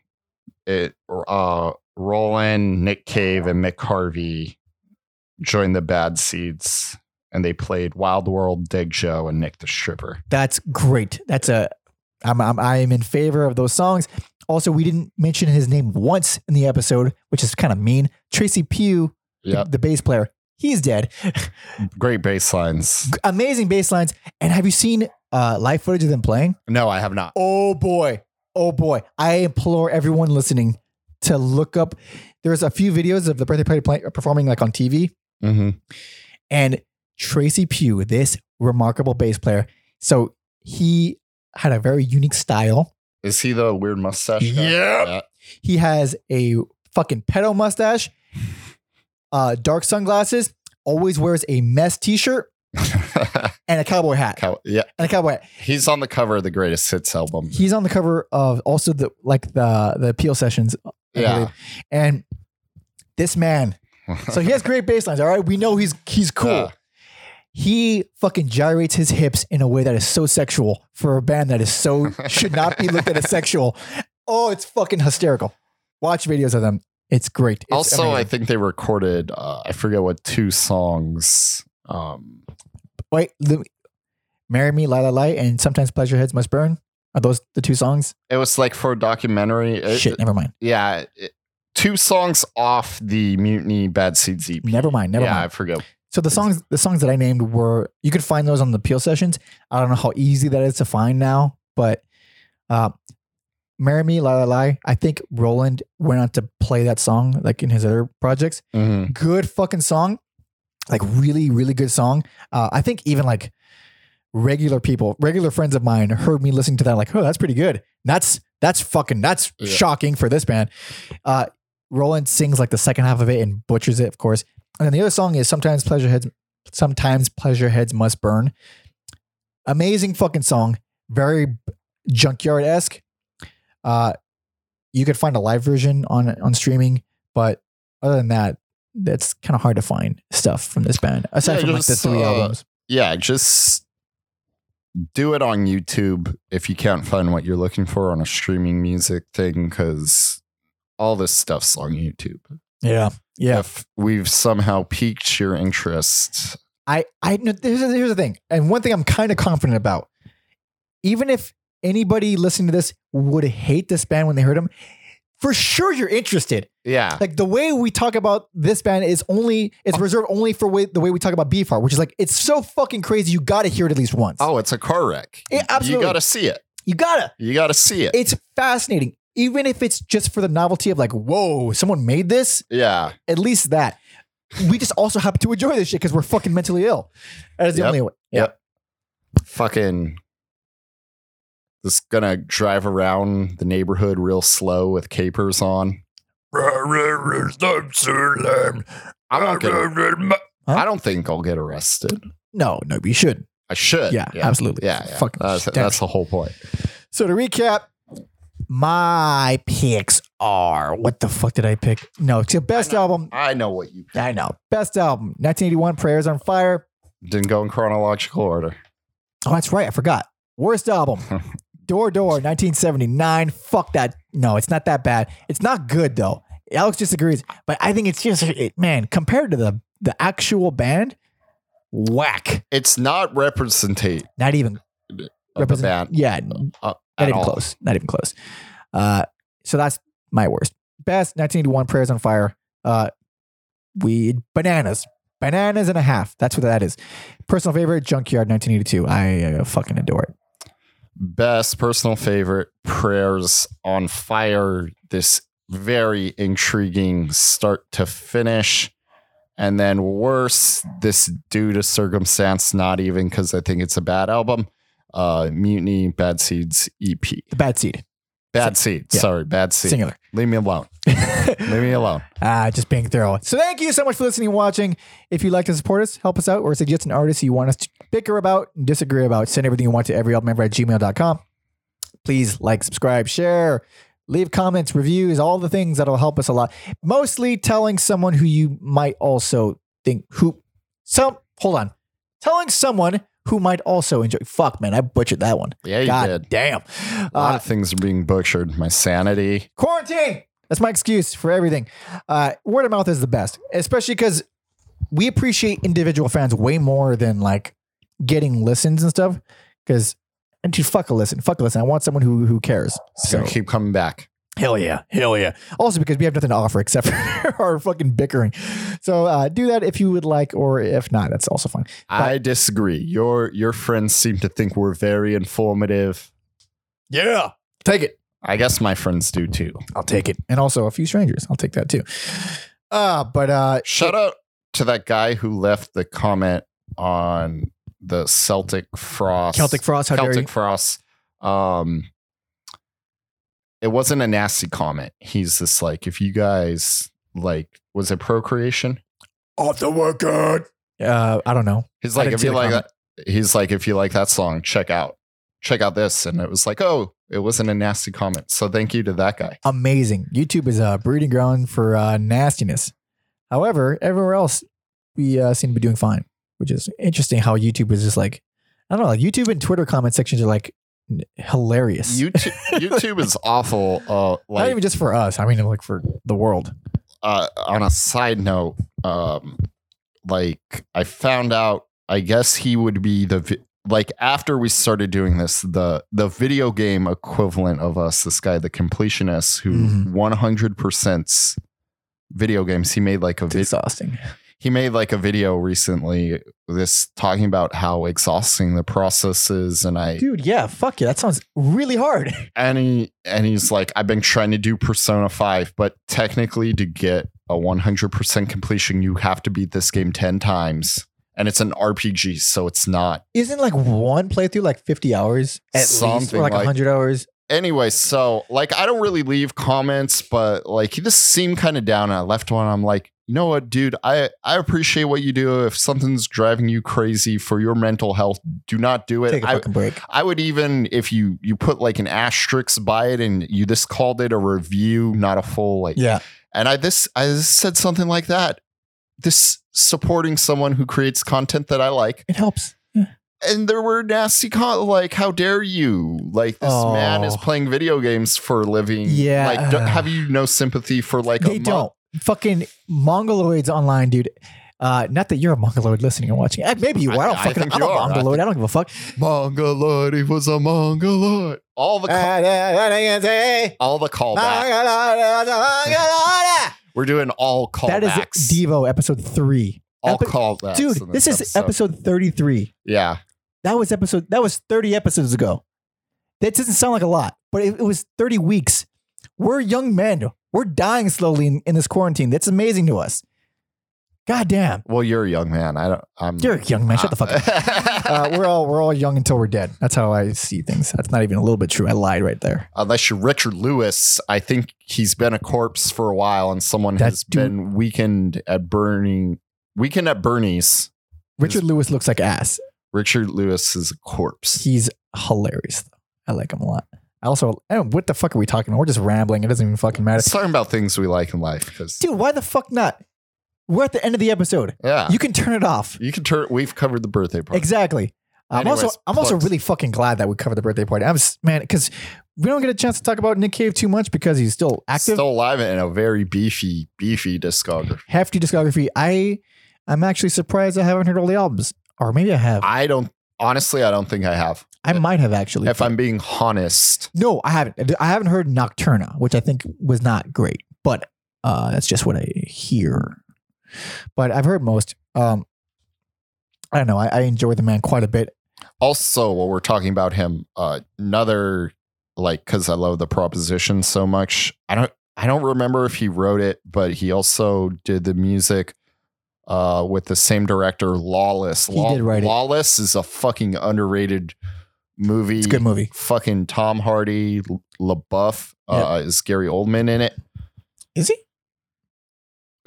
Speaker 2: it uh roland nick cave and mick harvey joined the bad seeds and they played wild world dig joe and nick the stripper
Speaker 1: That's great. That's a, I'm, I'm, I am in favor of those songs. Also, we didn't mention his name once in the episode, which is kind of mean. Tracy Pugh, the-
Speaker 2: Yep.
Speaker 1: the, bass player, he's dead.
Speaker 2: great bass lines
Speaker 1: Amazing bass lines. And have you seen uh, live footage of them playing?
Speaker 2: no i have not
Speaker 1: Oh boy. Oh boy. I implore everyone listening to look up. There's a few videos of the birthday party play, uh, performing like on TV
Speaker 2: hmm
Speaker 1: and Tracy Pugh, this remarkable bass player. So he had a very unique style.
Speaker 2: is he the weird mustache guy?
Speaker 1: Yep. He has a fucking pedo mustache, uh, dark sunglasses, always wears a mess t-shirt
Speaker 2: yeah
Speaker 1: and a cowboy hat.
Speaker 2: Cow- yeah
Speaker 1: And a cowboy hat.
Speaker 2: he's on the cover of the greatest hits album
Speaker 1: He's on the cover of also the like the the Peel sessions. I
Speaker 2: yeah
Speaker 1: believe. And this man So he has great bass lines. All right, we know he's he's cool.
Speaker 2: Yeah.
Speaker 1: He fucking gyrates his hips in a way that is so sexual for a band that is so should not be looked at as sexual. Oh, it's fucking hysterical. Watch videos of them. It's great. It's
Speaker 2: also i
Speaker 1: amazing.
Speaker 2: think they recorded uh, i forget what two songs um
Speaker 1: wait, let me- marry me, la la la, and sometimes pleasure heads must burn. Are those the two songs?
Speaker 2: it was like for a documentary It-
Speaker 1: Shit, never mind.
Speaker 2: yeah, it- two songs off the Mutiny Bad Seeds EP.
Speaker 1: Never mind. Never
Speaker 2: yeah, I
Speaker 1: mind.
Speaker 2: forget.
Speaker 1: So the songs, the songs that I named were you could find those on the Peel sessions. I don't know how easy that is to find now, but uh, "Marry Me," "La La La." I think Roland went on to play that song like in his other projects.
Speaker 2: Mhm.
Speaker 1: Good fucking song, like really, really good song. Uh, I think even like regular people, regular friends of mine heard me listening to that. Like, oh, that's pretty good. That's that's fucking that's
Speaker 2: Yeah.
Speaker 1: shocking for this band. Uh, Roland sings like the second half of it and butchers it, of course. And then the other song is sometimes pleasure heads, sometimes pleasure heads must burn. Amazing fucking song, very junkyard esque. Uh, you could find a live version on on streaming, but other than that, that's kind of hard to find stuff from this band aside
Speaker 2: Yeah,
Speaker 1: from like the
Speaker 2: just,
Speaker 1: three
Speaker 2: uh,
Speaker 1: albums.
Speaker 2: Yeah, just do it on YouTube if you can't find what you're looking for on a streaming music thing, because all this stuff's on YouTube.
Speaker 1: Yeah, yeah.
Speaker 2: If we've somehow piqued your interest,
Speaker 1: I I no, here's, the- here's the thing, and one thing I'm kind of confident about. Even if anybody listening to this would hate this band when they heard them, for sure you're interested.
Speaker 2: yeah,
Speaker 1: Like the way we talk about this band is only it's reserved only for way, the way we talk about Beefheart, which is like it's so fucking crazy. You got to hear it at least once.
Speaker 2: oh, it's a car wreck.
Speaker 1: Yeah, absolutely.
Speaker 2: You gotta see it.
Speaker 1: you gotta.
Speaker 2: You gotta see it.
Speaker 1: It's fascinating, even if it's just for the novelty of like, whoa, someone made this.
Speaker 2: yeah,
Speaker 1: At least that. We just also happen to enjoy this shit because we're fucking mentally ill. That is the
Speaker 2: Yep.
Speaker 1: only way. Yeah.
Speaker 2: Yep. fucking just gonna drive around the neighborhood real slow with capers on. I'm not gonna, I don't think I'll get arrested.
Speaker 1: No, no, you should.
Speaker 2: I should.
Speaker 1: Yeah, absolutely.
Speaker 2: Yeah, yeah.
Speaker 1: Fucking
Speaker 2: that's,
Speaker 1: damn
Speaker 2: that's
Speaker 1: it.
Speaker 2: the whole point.
Speaker 1: So to recap, my picks are what the fuck did I pick? No, it's your best
Speaker 2: I know.
Speaker 1: album.
Speaker 2: I know what you
Speaker 1: I know. Best album. 1981, Prayers on Fire.
Speaker 2: didn't go in chronological order.
Speaker 1: Oh, that's right. I forgot. Worst album. Door Door, 1979. Fuck that. No, it's not that bad. It's not good though. Alex disagrees, but I think it's just it, man, compared to the the actual band, whack.
Speaker 2: It's not representative
Speaker 1: Not even
Speaker 2: of the
Speaker 1: represent-
Speaker 2: band
Speaker 1: Yeah,
Speaker 2: uh,
Speaker 1: not
Speaker 2: at
Speaker 1: even
Speaker 2: all.
Speaker 1: close. Not even close. Uh, so that's my worst. Best 1981 Prayers on Fire. Uh, we bananas, bananas and a half. That's what that is. Personal favorite Junkyard 1982. I uh, fucking adore it.
Speaker 2: Best personal favorite prayers on fire. This very intriguing start to finish. And then worse, this due to circumstance, not even because I think it's a bad album. Uh, Mutiny, Bad Seeds EP.
Speaker 1: The Bad Seed,
Speaker 2: Bad Seed.
Speaker 1: yeah.
Speaker 2: Sorry, Bad Seed.
Speaker 1: singular.
Speaker 2: Leave me alone. Leave me alone.
Speaker 1: Ah, just being thorough. So thank you so much for listening and watching. If you'd like to support us, help us out, or suggest an artist you want us to bicker about and disagree about, send everything you want to everyelpmember at gmail.com. Please like, subscribe, share, leave comments, reviews, all the things that'll help us a lot. Mostly telling someone who you might also think who some hold on. telling someone who might also enjoy. Fuck, man, I butchered that one.
Speaker 2: Yeah, you
Speaker 1: God
Speaker 2: did.
Speaker 1: damn.
Speaker 2: A lot
Speaker 1: Uh,
Speaker 2: of things are being butchered. My sanity.
Speaker 1: quarantine. That's my excuse for everything. Uh, word of mouth is the best, especially because we appreciate individual fans way more than like getting listens and stuff. Because and dude, fuck a listen, fuck a listen. I want someone who who cares.
Speaker 2: It's
Speaker 1: So
Speaker 2: gonna keep coming back.
Speaker 1: hell yeah, hell yeah. Also because we have nothing to offer except for our fucking bickering. So uh, do that if you would like, or if not, that's also fine.
Speaker 2: I disagree. Your your friends seem to think we're very informative.
Speaker 1: Yeah, take it.
Speaker 2: I guess my friends do too.
Speaker 1: I'll take it. And also a few strangers. I'll take that too. Uh, but uh,
Speaker 2: Shout out to that guy who left the comment on the Celtic Frost.
Speaker 1: Celtic Frost, how dare
Speaker 2: Celtic
Speaker 1: you?
Speaker 2: Frost. Um, it wasn't a nasty comment. He's just like, if you guys like, was it procreation?
Speaker 1: off the workout. Uh, I don't know.
Speaker 2: He's
Speaker 1: I
Speaker 2: like,
Speaker 1: didn't
Speaker 2: if
Speaker 1: see
Speaker 2: you
Speaker 1: the
Speaker 2: like
Speaker 1: comment.
Speaker 2: that, he's like, if you like that song, check out, check out this. And it was like, oh, it wasn't a nasty comment. So thank you to that guy.
Speaker 1: amazing. YouTube is a breeding ground for uh, nastiness. However, everywhere else, we uh, seem to be doing fine, which is interesting. How YouTube is just like, I don't know, like YouTube and Twitter comment sections are like n- hilarious.
Speaker 2: YouTube, YouTube is awful. Uh,
Speaker 1: Not
Speaker 2: like,
Speaker 1: even just for us. I mean, like for the world.
Speaker 2: uh, on a side note, um, like I found out, I guess he would be the vi- like after we started doing this, the the video game equivalent of us, this guy, the completionist, who
Speaker 1: Mhm.
Speaker 2: one hundred percent video games. He made like a
Speaker 1: It's
Speaker 2: vid-
Speaker 1: exhausting.
Speaker 2: he made like a video recently, this talking about how exhausting the process is, and I
Speaker 1: Dude, yeah, fuck yeah. That sounds really hard.
Speaker 2: and he and he's like, I've been trying to do Persona Five, but technically, to get a 100% completion, you have to beat this game 10 times, and it's an RPG, so it's not.
Speaker 1: Isn't like one playthrough like 50 hours at least,
Speaker 2: Something
Speaker 1: or like
Speaker 2: like-
Speaker 1: 100 hours?
Speaker 2: Anyway, so like, I don't really leave comments, but like, he just seemed kind of down. And I left one. I'm like, you know what, dude? I I appreciate what you do. If something's driving you crazy for your mental health, do not do it.
Speaker 1: Take a
Speaker 2: I-
Speaker 1: fucking break.
Speaker 2: I would even if you you put like an asterisk by it and you just called it a review, not a full like.
Speaker 1: Yeah.
Speaker 2: And I this I said something like that. This supporting someone who creates content that I like,
Speaker 1: It helps.
Speaker 2: and there were nasty con- like, how dare you? Like this man is
Speaker 1: Oh.
Speaker 2: playing video games for a living.
Speaker 1: Yeah.
Speaker 2: Like, do, have you no sympathy for like?
Speaker 1: they
Speaker 2: a month?
Speaker 1: don't fucking mongoloids online dude uh, not that you're a mongoloid listening and watching. Eh, Maybe you are. I don't
Speaker 2: I- I
Speaker 1: fucking. I
Speaker 2: think
Speaker 1: am
Speaker 2: you
Speaker 1: a
Speaker 2: are. I
Speaker 1: mongoloid. I, don't give a fuck.
Speaker 2: Mongoloid. He was a mongoloid. All
Speaker 1: Eh.
Speaker 2: the co-
Speaker 1: that
Speaker 2: all the
Speaker 1: Ah.
Speaker 2: callbacks. We're doing all callbacks.
Speaker 1: is Devo episode three.
Speaker 2: all
Speaker 1: epi-
Speaker 2: callbacks.
Speaker 1: Dude,
Speaker 2: in
Speaker 1: this is episode thirty-three.
Speaker 2: Yeah.
Speaker 1: That was episode. That was thirty episodes ago. That doesn't sound like a lot, but it, it was thirty weeks. We're young men. We're dying slowly in, in this quarantine. That's amazing to us. God damn,
Speaker 2: Well, you're a young man. I don't. I'm.
Speaker 1: you're a young man. Shut the fuck up. uh, we're all we're all young until we're dead. That's how I see things. That's not even a little bit true. I lied right there.
Speaker 2: Unless you're Richard Lewis, I think he's been a corpse for a while, and someone
Speaker 1: That
Speaker 2: has
Speaker 1: dude-
Speaker 2: been weakened at burning. Weakened at Bernie's.
Speaker 1: Richard Lewis looks like ass.
Speaker 2: Richard Lewis is a corpse.
Speaker 1: He's hilarious though. I like him a lot. I also, I don't- what the fuck are we talking? We're just rambling. It doesn't even fucking matter.
Speaker 2: It's talking about things we like in life because
Speaker 1: Dude, why the fuck not? We're at the end of the episode.
Speaker 2: yeah, you,
Speaker 1: You can turn it off.
Speaker 2: can turn. We've covered the birthday party.
Speaker 1: Exactly. I'm also
Speaker 2: Anyways,
Speaker 1: I'm also
Speaker 2: plugs.
Speaker 1: really fucking glad that we covered the birthday party. I'm s- man because we don't get a chance to talk about Nick Cave too much because he's still active.
Speaker 2: Still alive and a very beefy, beefy discography.
Speaker 1: hefty discography. I I'm actually surprised I haven't heard all the albums, or maybe I have.
Speaker 2: I don't. Honestly, I don't think I have.
Speaker 1: I might have actually.
Speaker 2: If I'm being honest,
Speaker 1: no, I haven't. I haven't heard Nocturna, which I think was not great, but uh, that's just what I hear. But I've heard most. Um, I don't know. I, I enjoy the man quite a bit.
Speaker 2: also while we're talking about him uh, another like because i love the proposition so much i don't i don't remember if he wrote it but he also did the music uh, with the same director lawless
Speaker 1: He did write it.
Speaker 2: lawless is a fucking underrated movie
Speaker 1: It's a good movie.
Speaker 2: fucking tom hardy L- labeouf uh, is gary oldman in it
Speaker 1: Is he?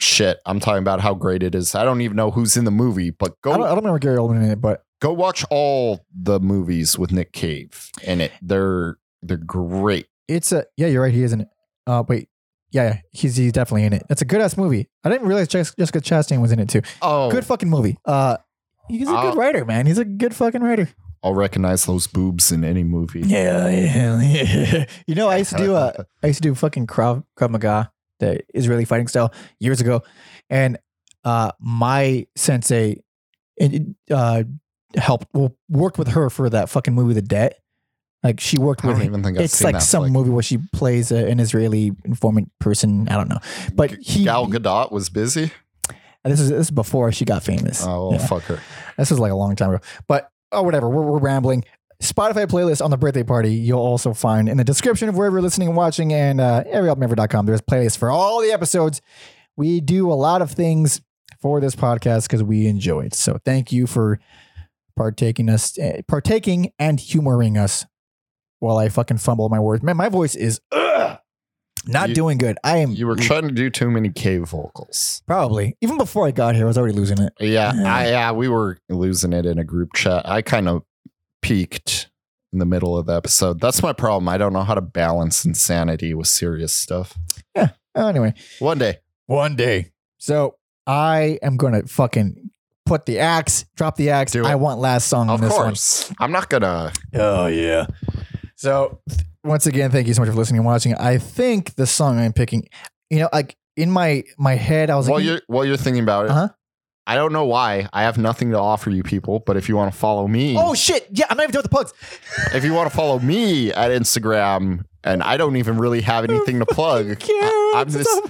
Speaker 2: shit i'm talking about how great it is i don't even know who's in the movie but go
Speaker 1: I don't, I don't remember Gary Oldman in it, but
Speaker 2: go watch all the movies with Nick Cave in it. They're they're great.
Speaker 1: it's a yeah. You're right. He is in it. Uh, wait. Yeah, yeah, he's he's definitely in it. That's a good ass movie. I didn't realize Jes- Jessica Chastain was in it too.
Speaker 2: Oh,
Speaker 1: Good fucking movie. Uh, He's a
Speaker 2: I'll-
Speaker 1: good writer, man. He's a good fucking writer.
Speaker 2: I'll recognize those boobs in any movie.
Speaker 1: Yeah, yeah, yeah. You know, I used to do uh, I used to do fucking Krav, Krav Maga, the Israeli fighting style, years ago, and uh, my sensei and, uh, helped well, worked with her for that fucking movie, The Debt. Like she worked
Speaker 2: I
Speaker 1: with
Speaker 2: don't
Speaker 1: him.
Speaker 2: even think I've
Speaker 1: It's
Speaker 2: seen
Speaker 1: like
Speaker 2: that.
Speaker 1: some
Speaker 2: flick.
Speaker 1: movie where she plays a, an Israeli informant person. I don't know, but he.
Speaker 2: Gal Gadot was busy.
Speaker 1: this is this is before she got famous.
Speaker 2: Oh,
Speaker 1: Yeah.
Speaker 2: fuck her.
Speaker 1: This is like a long time ago. But oh, whatever. We're, we're rambling. Spotify playlist on the birthday party. You'll also find in the description of wherever you're listening and watching and uh, everyhelpmember.com. There's playlists for all the episodes. We do a lot of things for this podcast because we enjoy it. So thank you for partaking us, eh, partaking and humoring us while I fucking fumble my words. Man, my voice is ugh, not
Speaker 2: You-
Speaker 1: doing good. I am
Speaker 2: You were trying to do too many cave vocals.
Speaker 1: probably even before I got here, I was already losing it.
Speaker 2: Yeah,
Speaker 1: Yeah.
Speaker 2: I, yeah, we were losing it in a group chat. I kind of peaked in the middle of the episode. That's my problem. I don't know how to balance insanity with serious stuff.
Speaker 1: Anyway,
Speaker 2: One day,
Speaker 1: One day. So I am gonna fucking put the axe, drop the axe.
Speaker 2: Do it.
Speaker 1: I want last song
Speaker 2: of
Speaker 1: on this
Speaker 2: course, I'm not gonna.
Speaker 1: one. Oh yeah. So th- once again, thank you so much for listening and watching. I think the song I'm picking, you know, like in my my head, I was
Speaker 2: While
Speaker 1: like,
Speaker 2: you're while you're thinking about it,
Speaker 1: Uh-huh.
Speaker 2: I don't know why. I have nothing to offer you people, but if you want to follow me,
Speaker 1: oh shit, yeah, I'm not even doing the plugs.
Speaker 2: if you want to follow me at Instagram, and I don't even really have anything to plug. I, I'm just,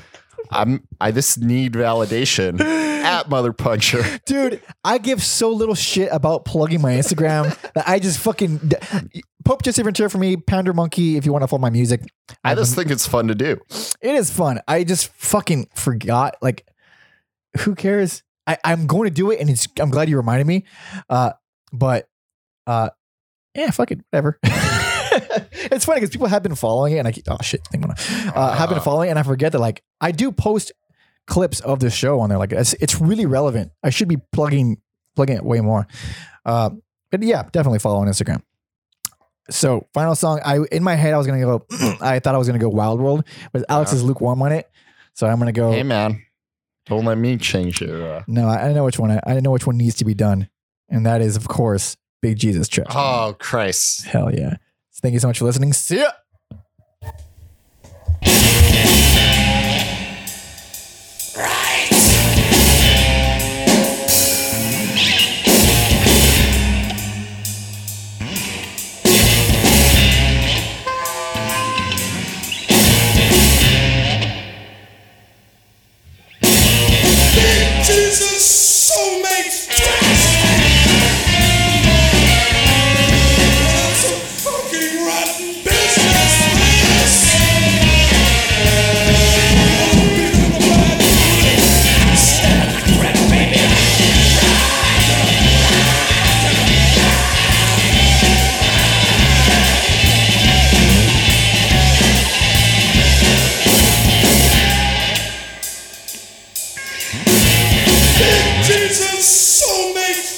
Speaker 2: I'm, I just need validation at Mother Puncher.
Speaker 1: Dude, I give so little shit about plugging my Instagram that I just fucking Pope just even cheer for me. Pounder Monkey, if you want to follow my music,
Speaker 2: I just think it's fun to do.
Speaker 1: It is fun. I just fucking forgot. Like, who cares? I, I'm going to do it, and it's. I'm glad you reminded me. Uh, but, uh, yeah, fuck it, whatever. it's funny because people have been following it, and I keep. Oh shit, thing went off. Uh, have been
Speaker 2: Uh.
Speaker 1: following, it and I forget that. Like, I do post clips of the show on there. Like, it's, it's really relevant. I should be plugging plugging it way more. Uh, but yeah, definitely follow on Instagram. So final song, I in my head I was gonna go. I thought I was gonna go Wild World, but Alex
Speaker 2: Yeah.
Speaker 1: is lukewarm on it, so I'm gonna go.
Speaker 2: Uh-huh. Hey, man, don't let me change your. Uh,
Speaker 1: no, I, I know which one. I, I know which one needs to be done, and that is of course Big Jesus Trip.
Speaker 2: oh, Christ.
Speaker 1: Hell yeah! So thank you so much for listening. See ya.
Speaker 3: Big Jesus soulmate test. That's a fucking rotten business. this. I'll be on the bad news. Big Jesus soulmate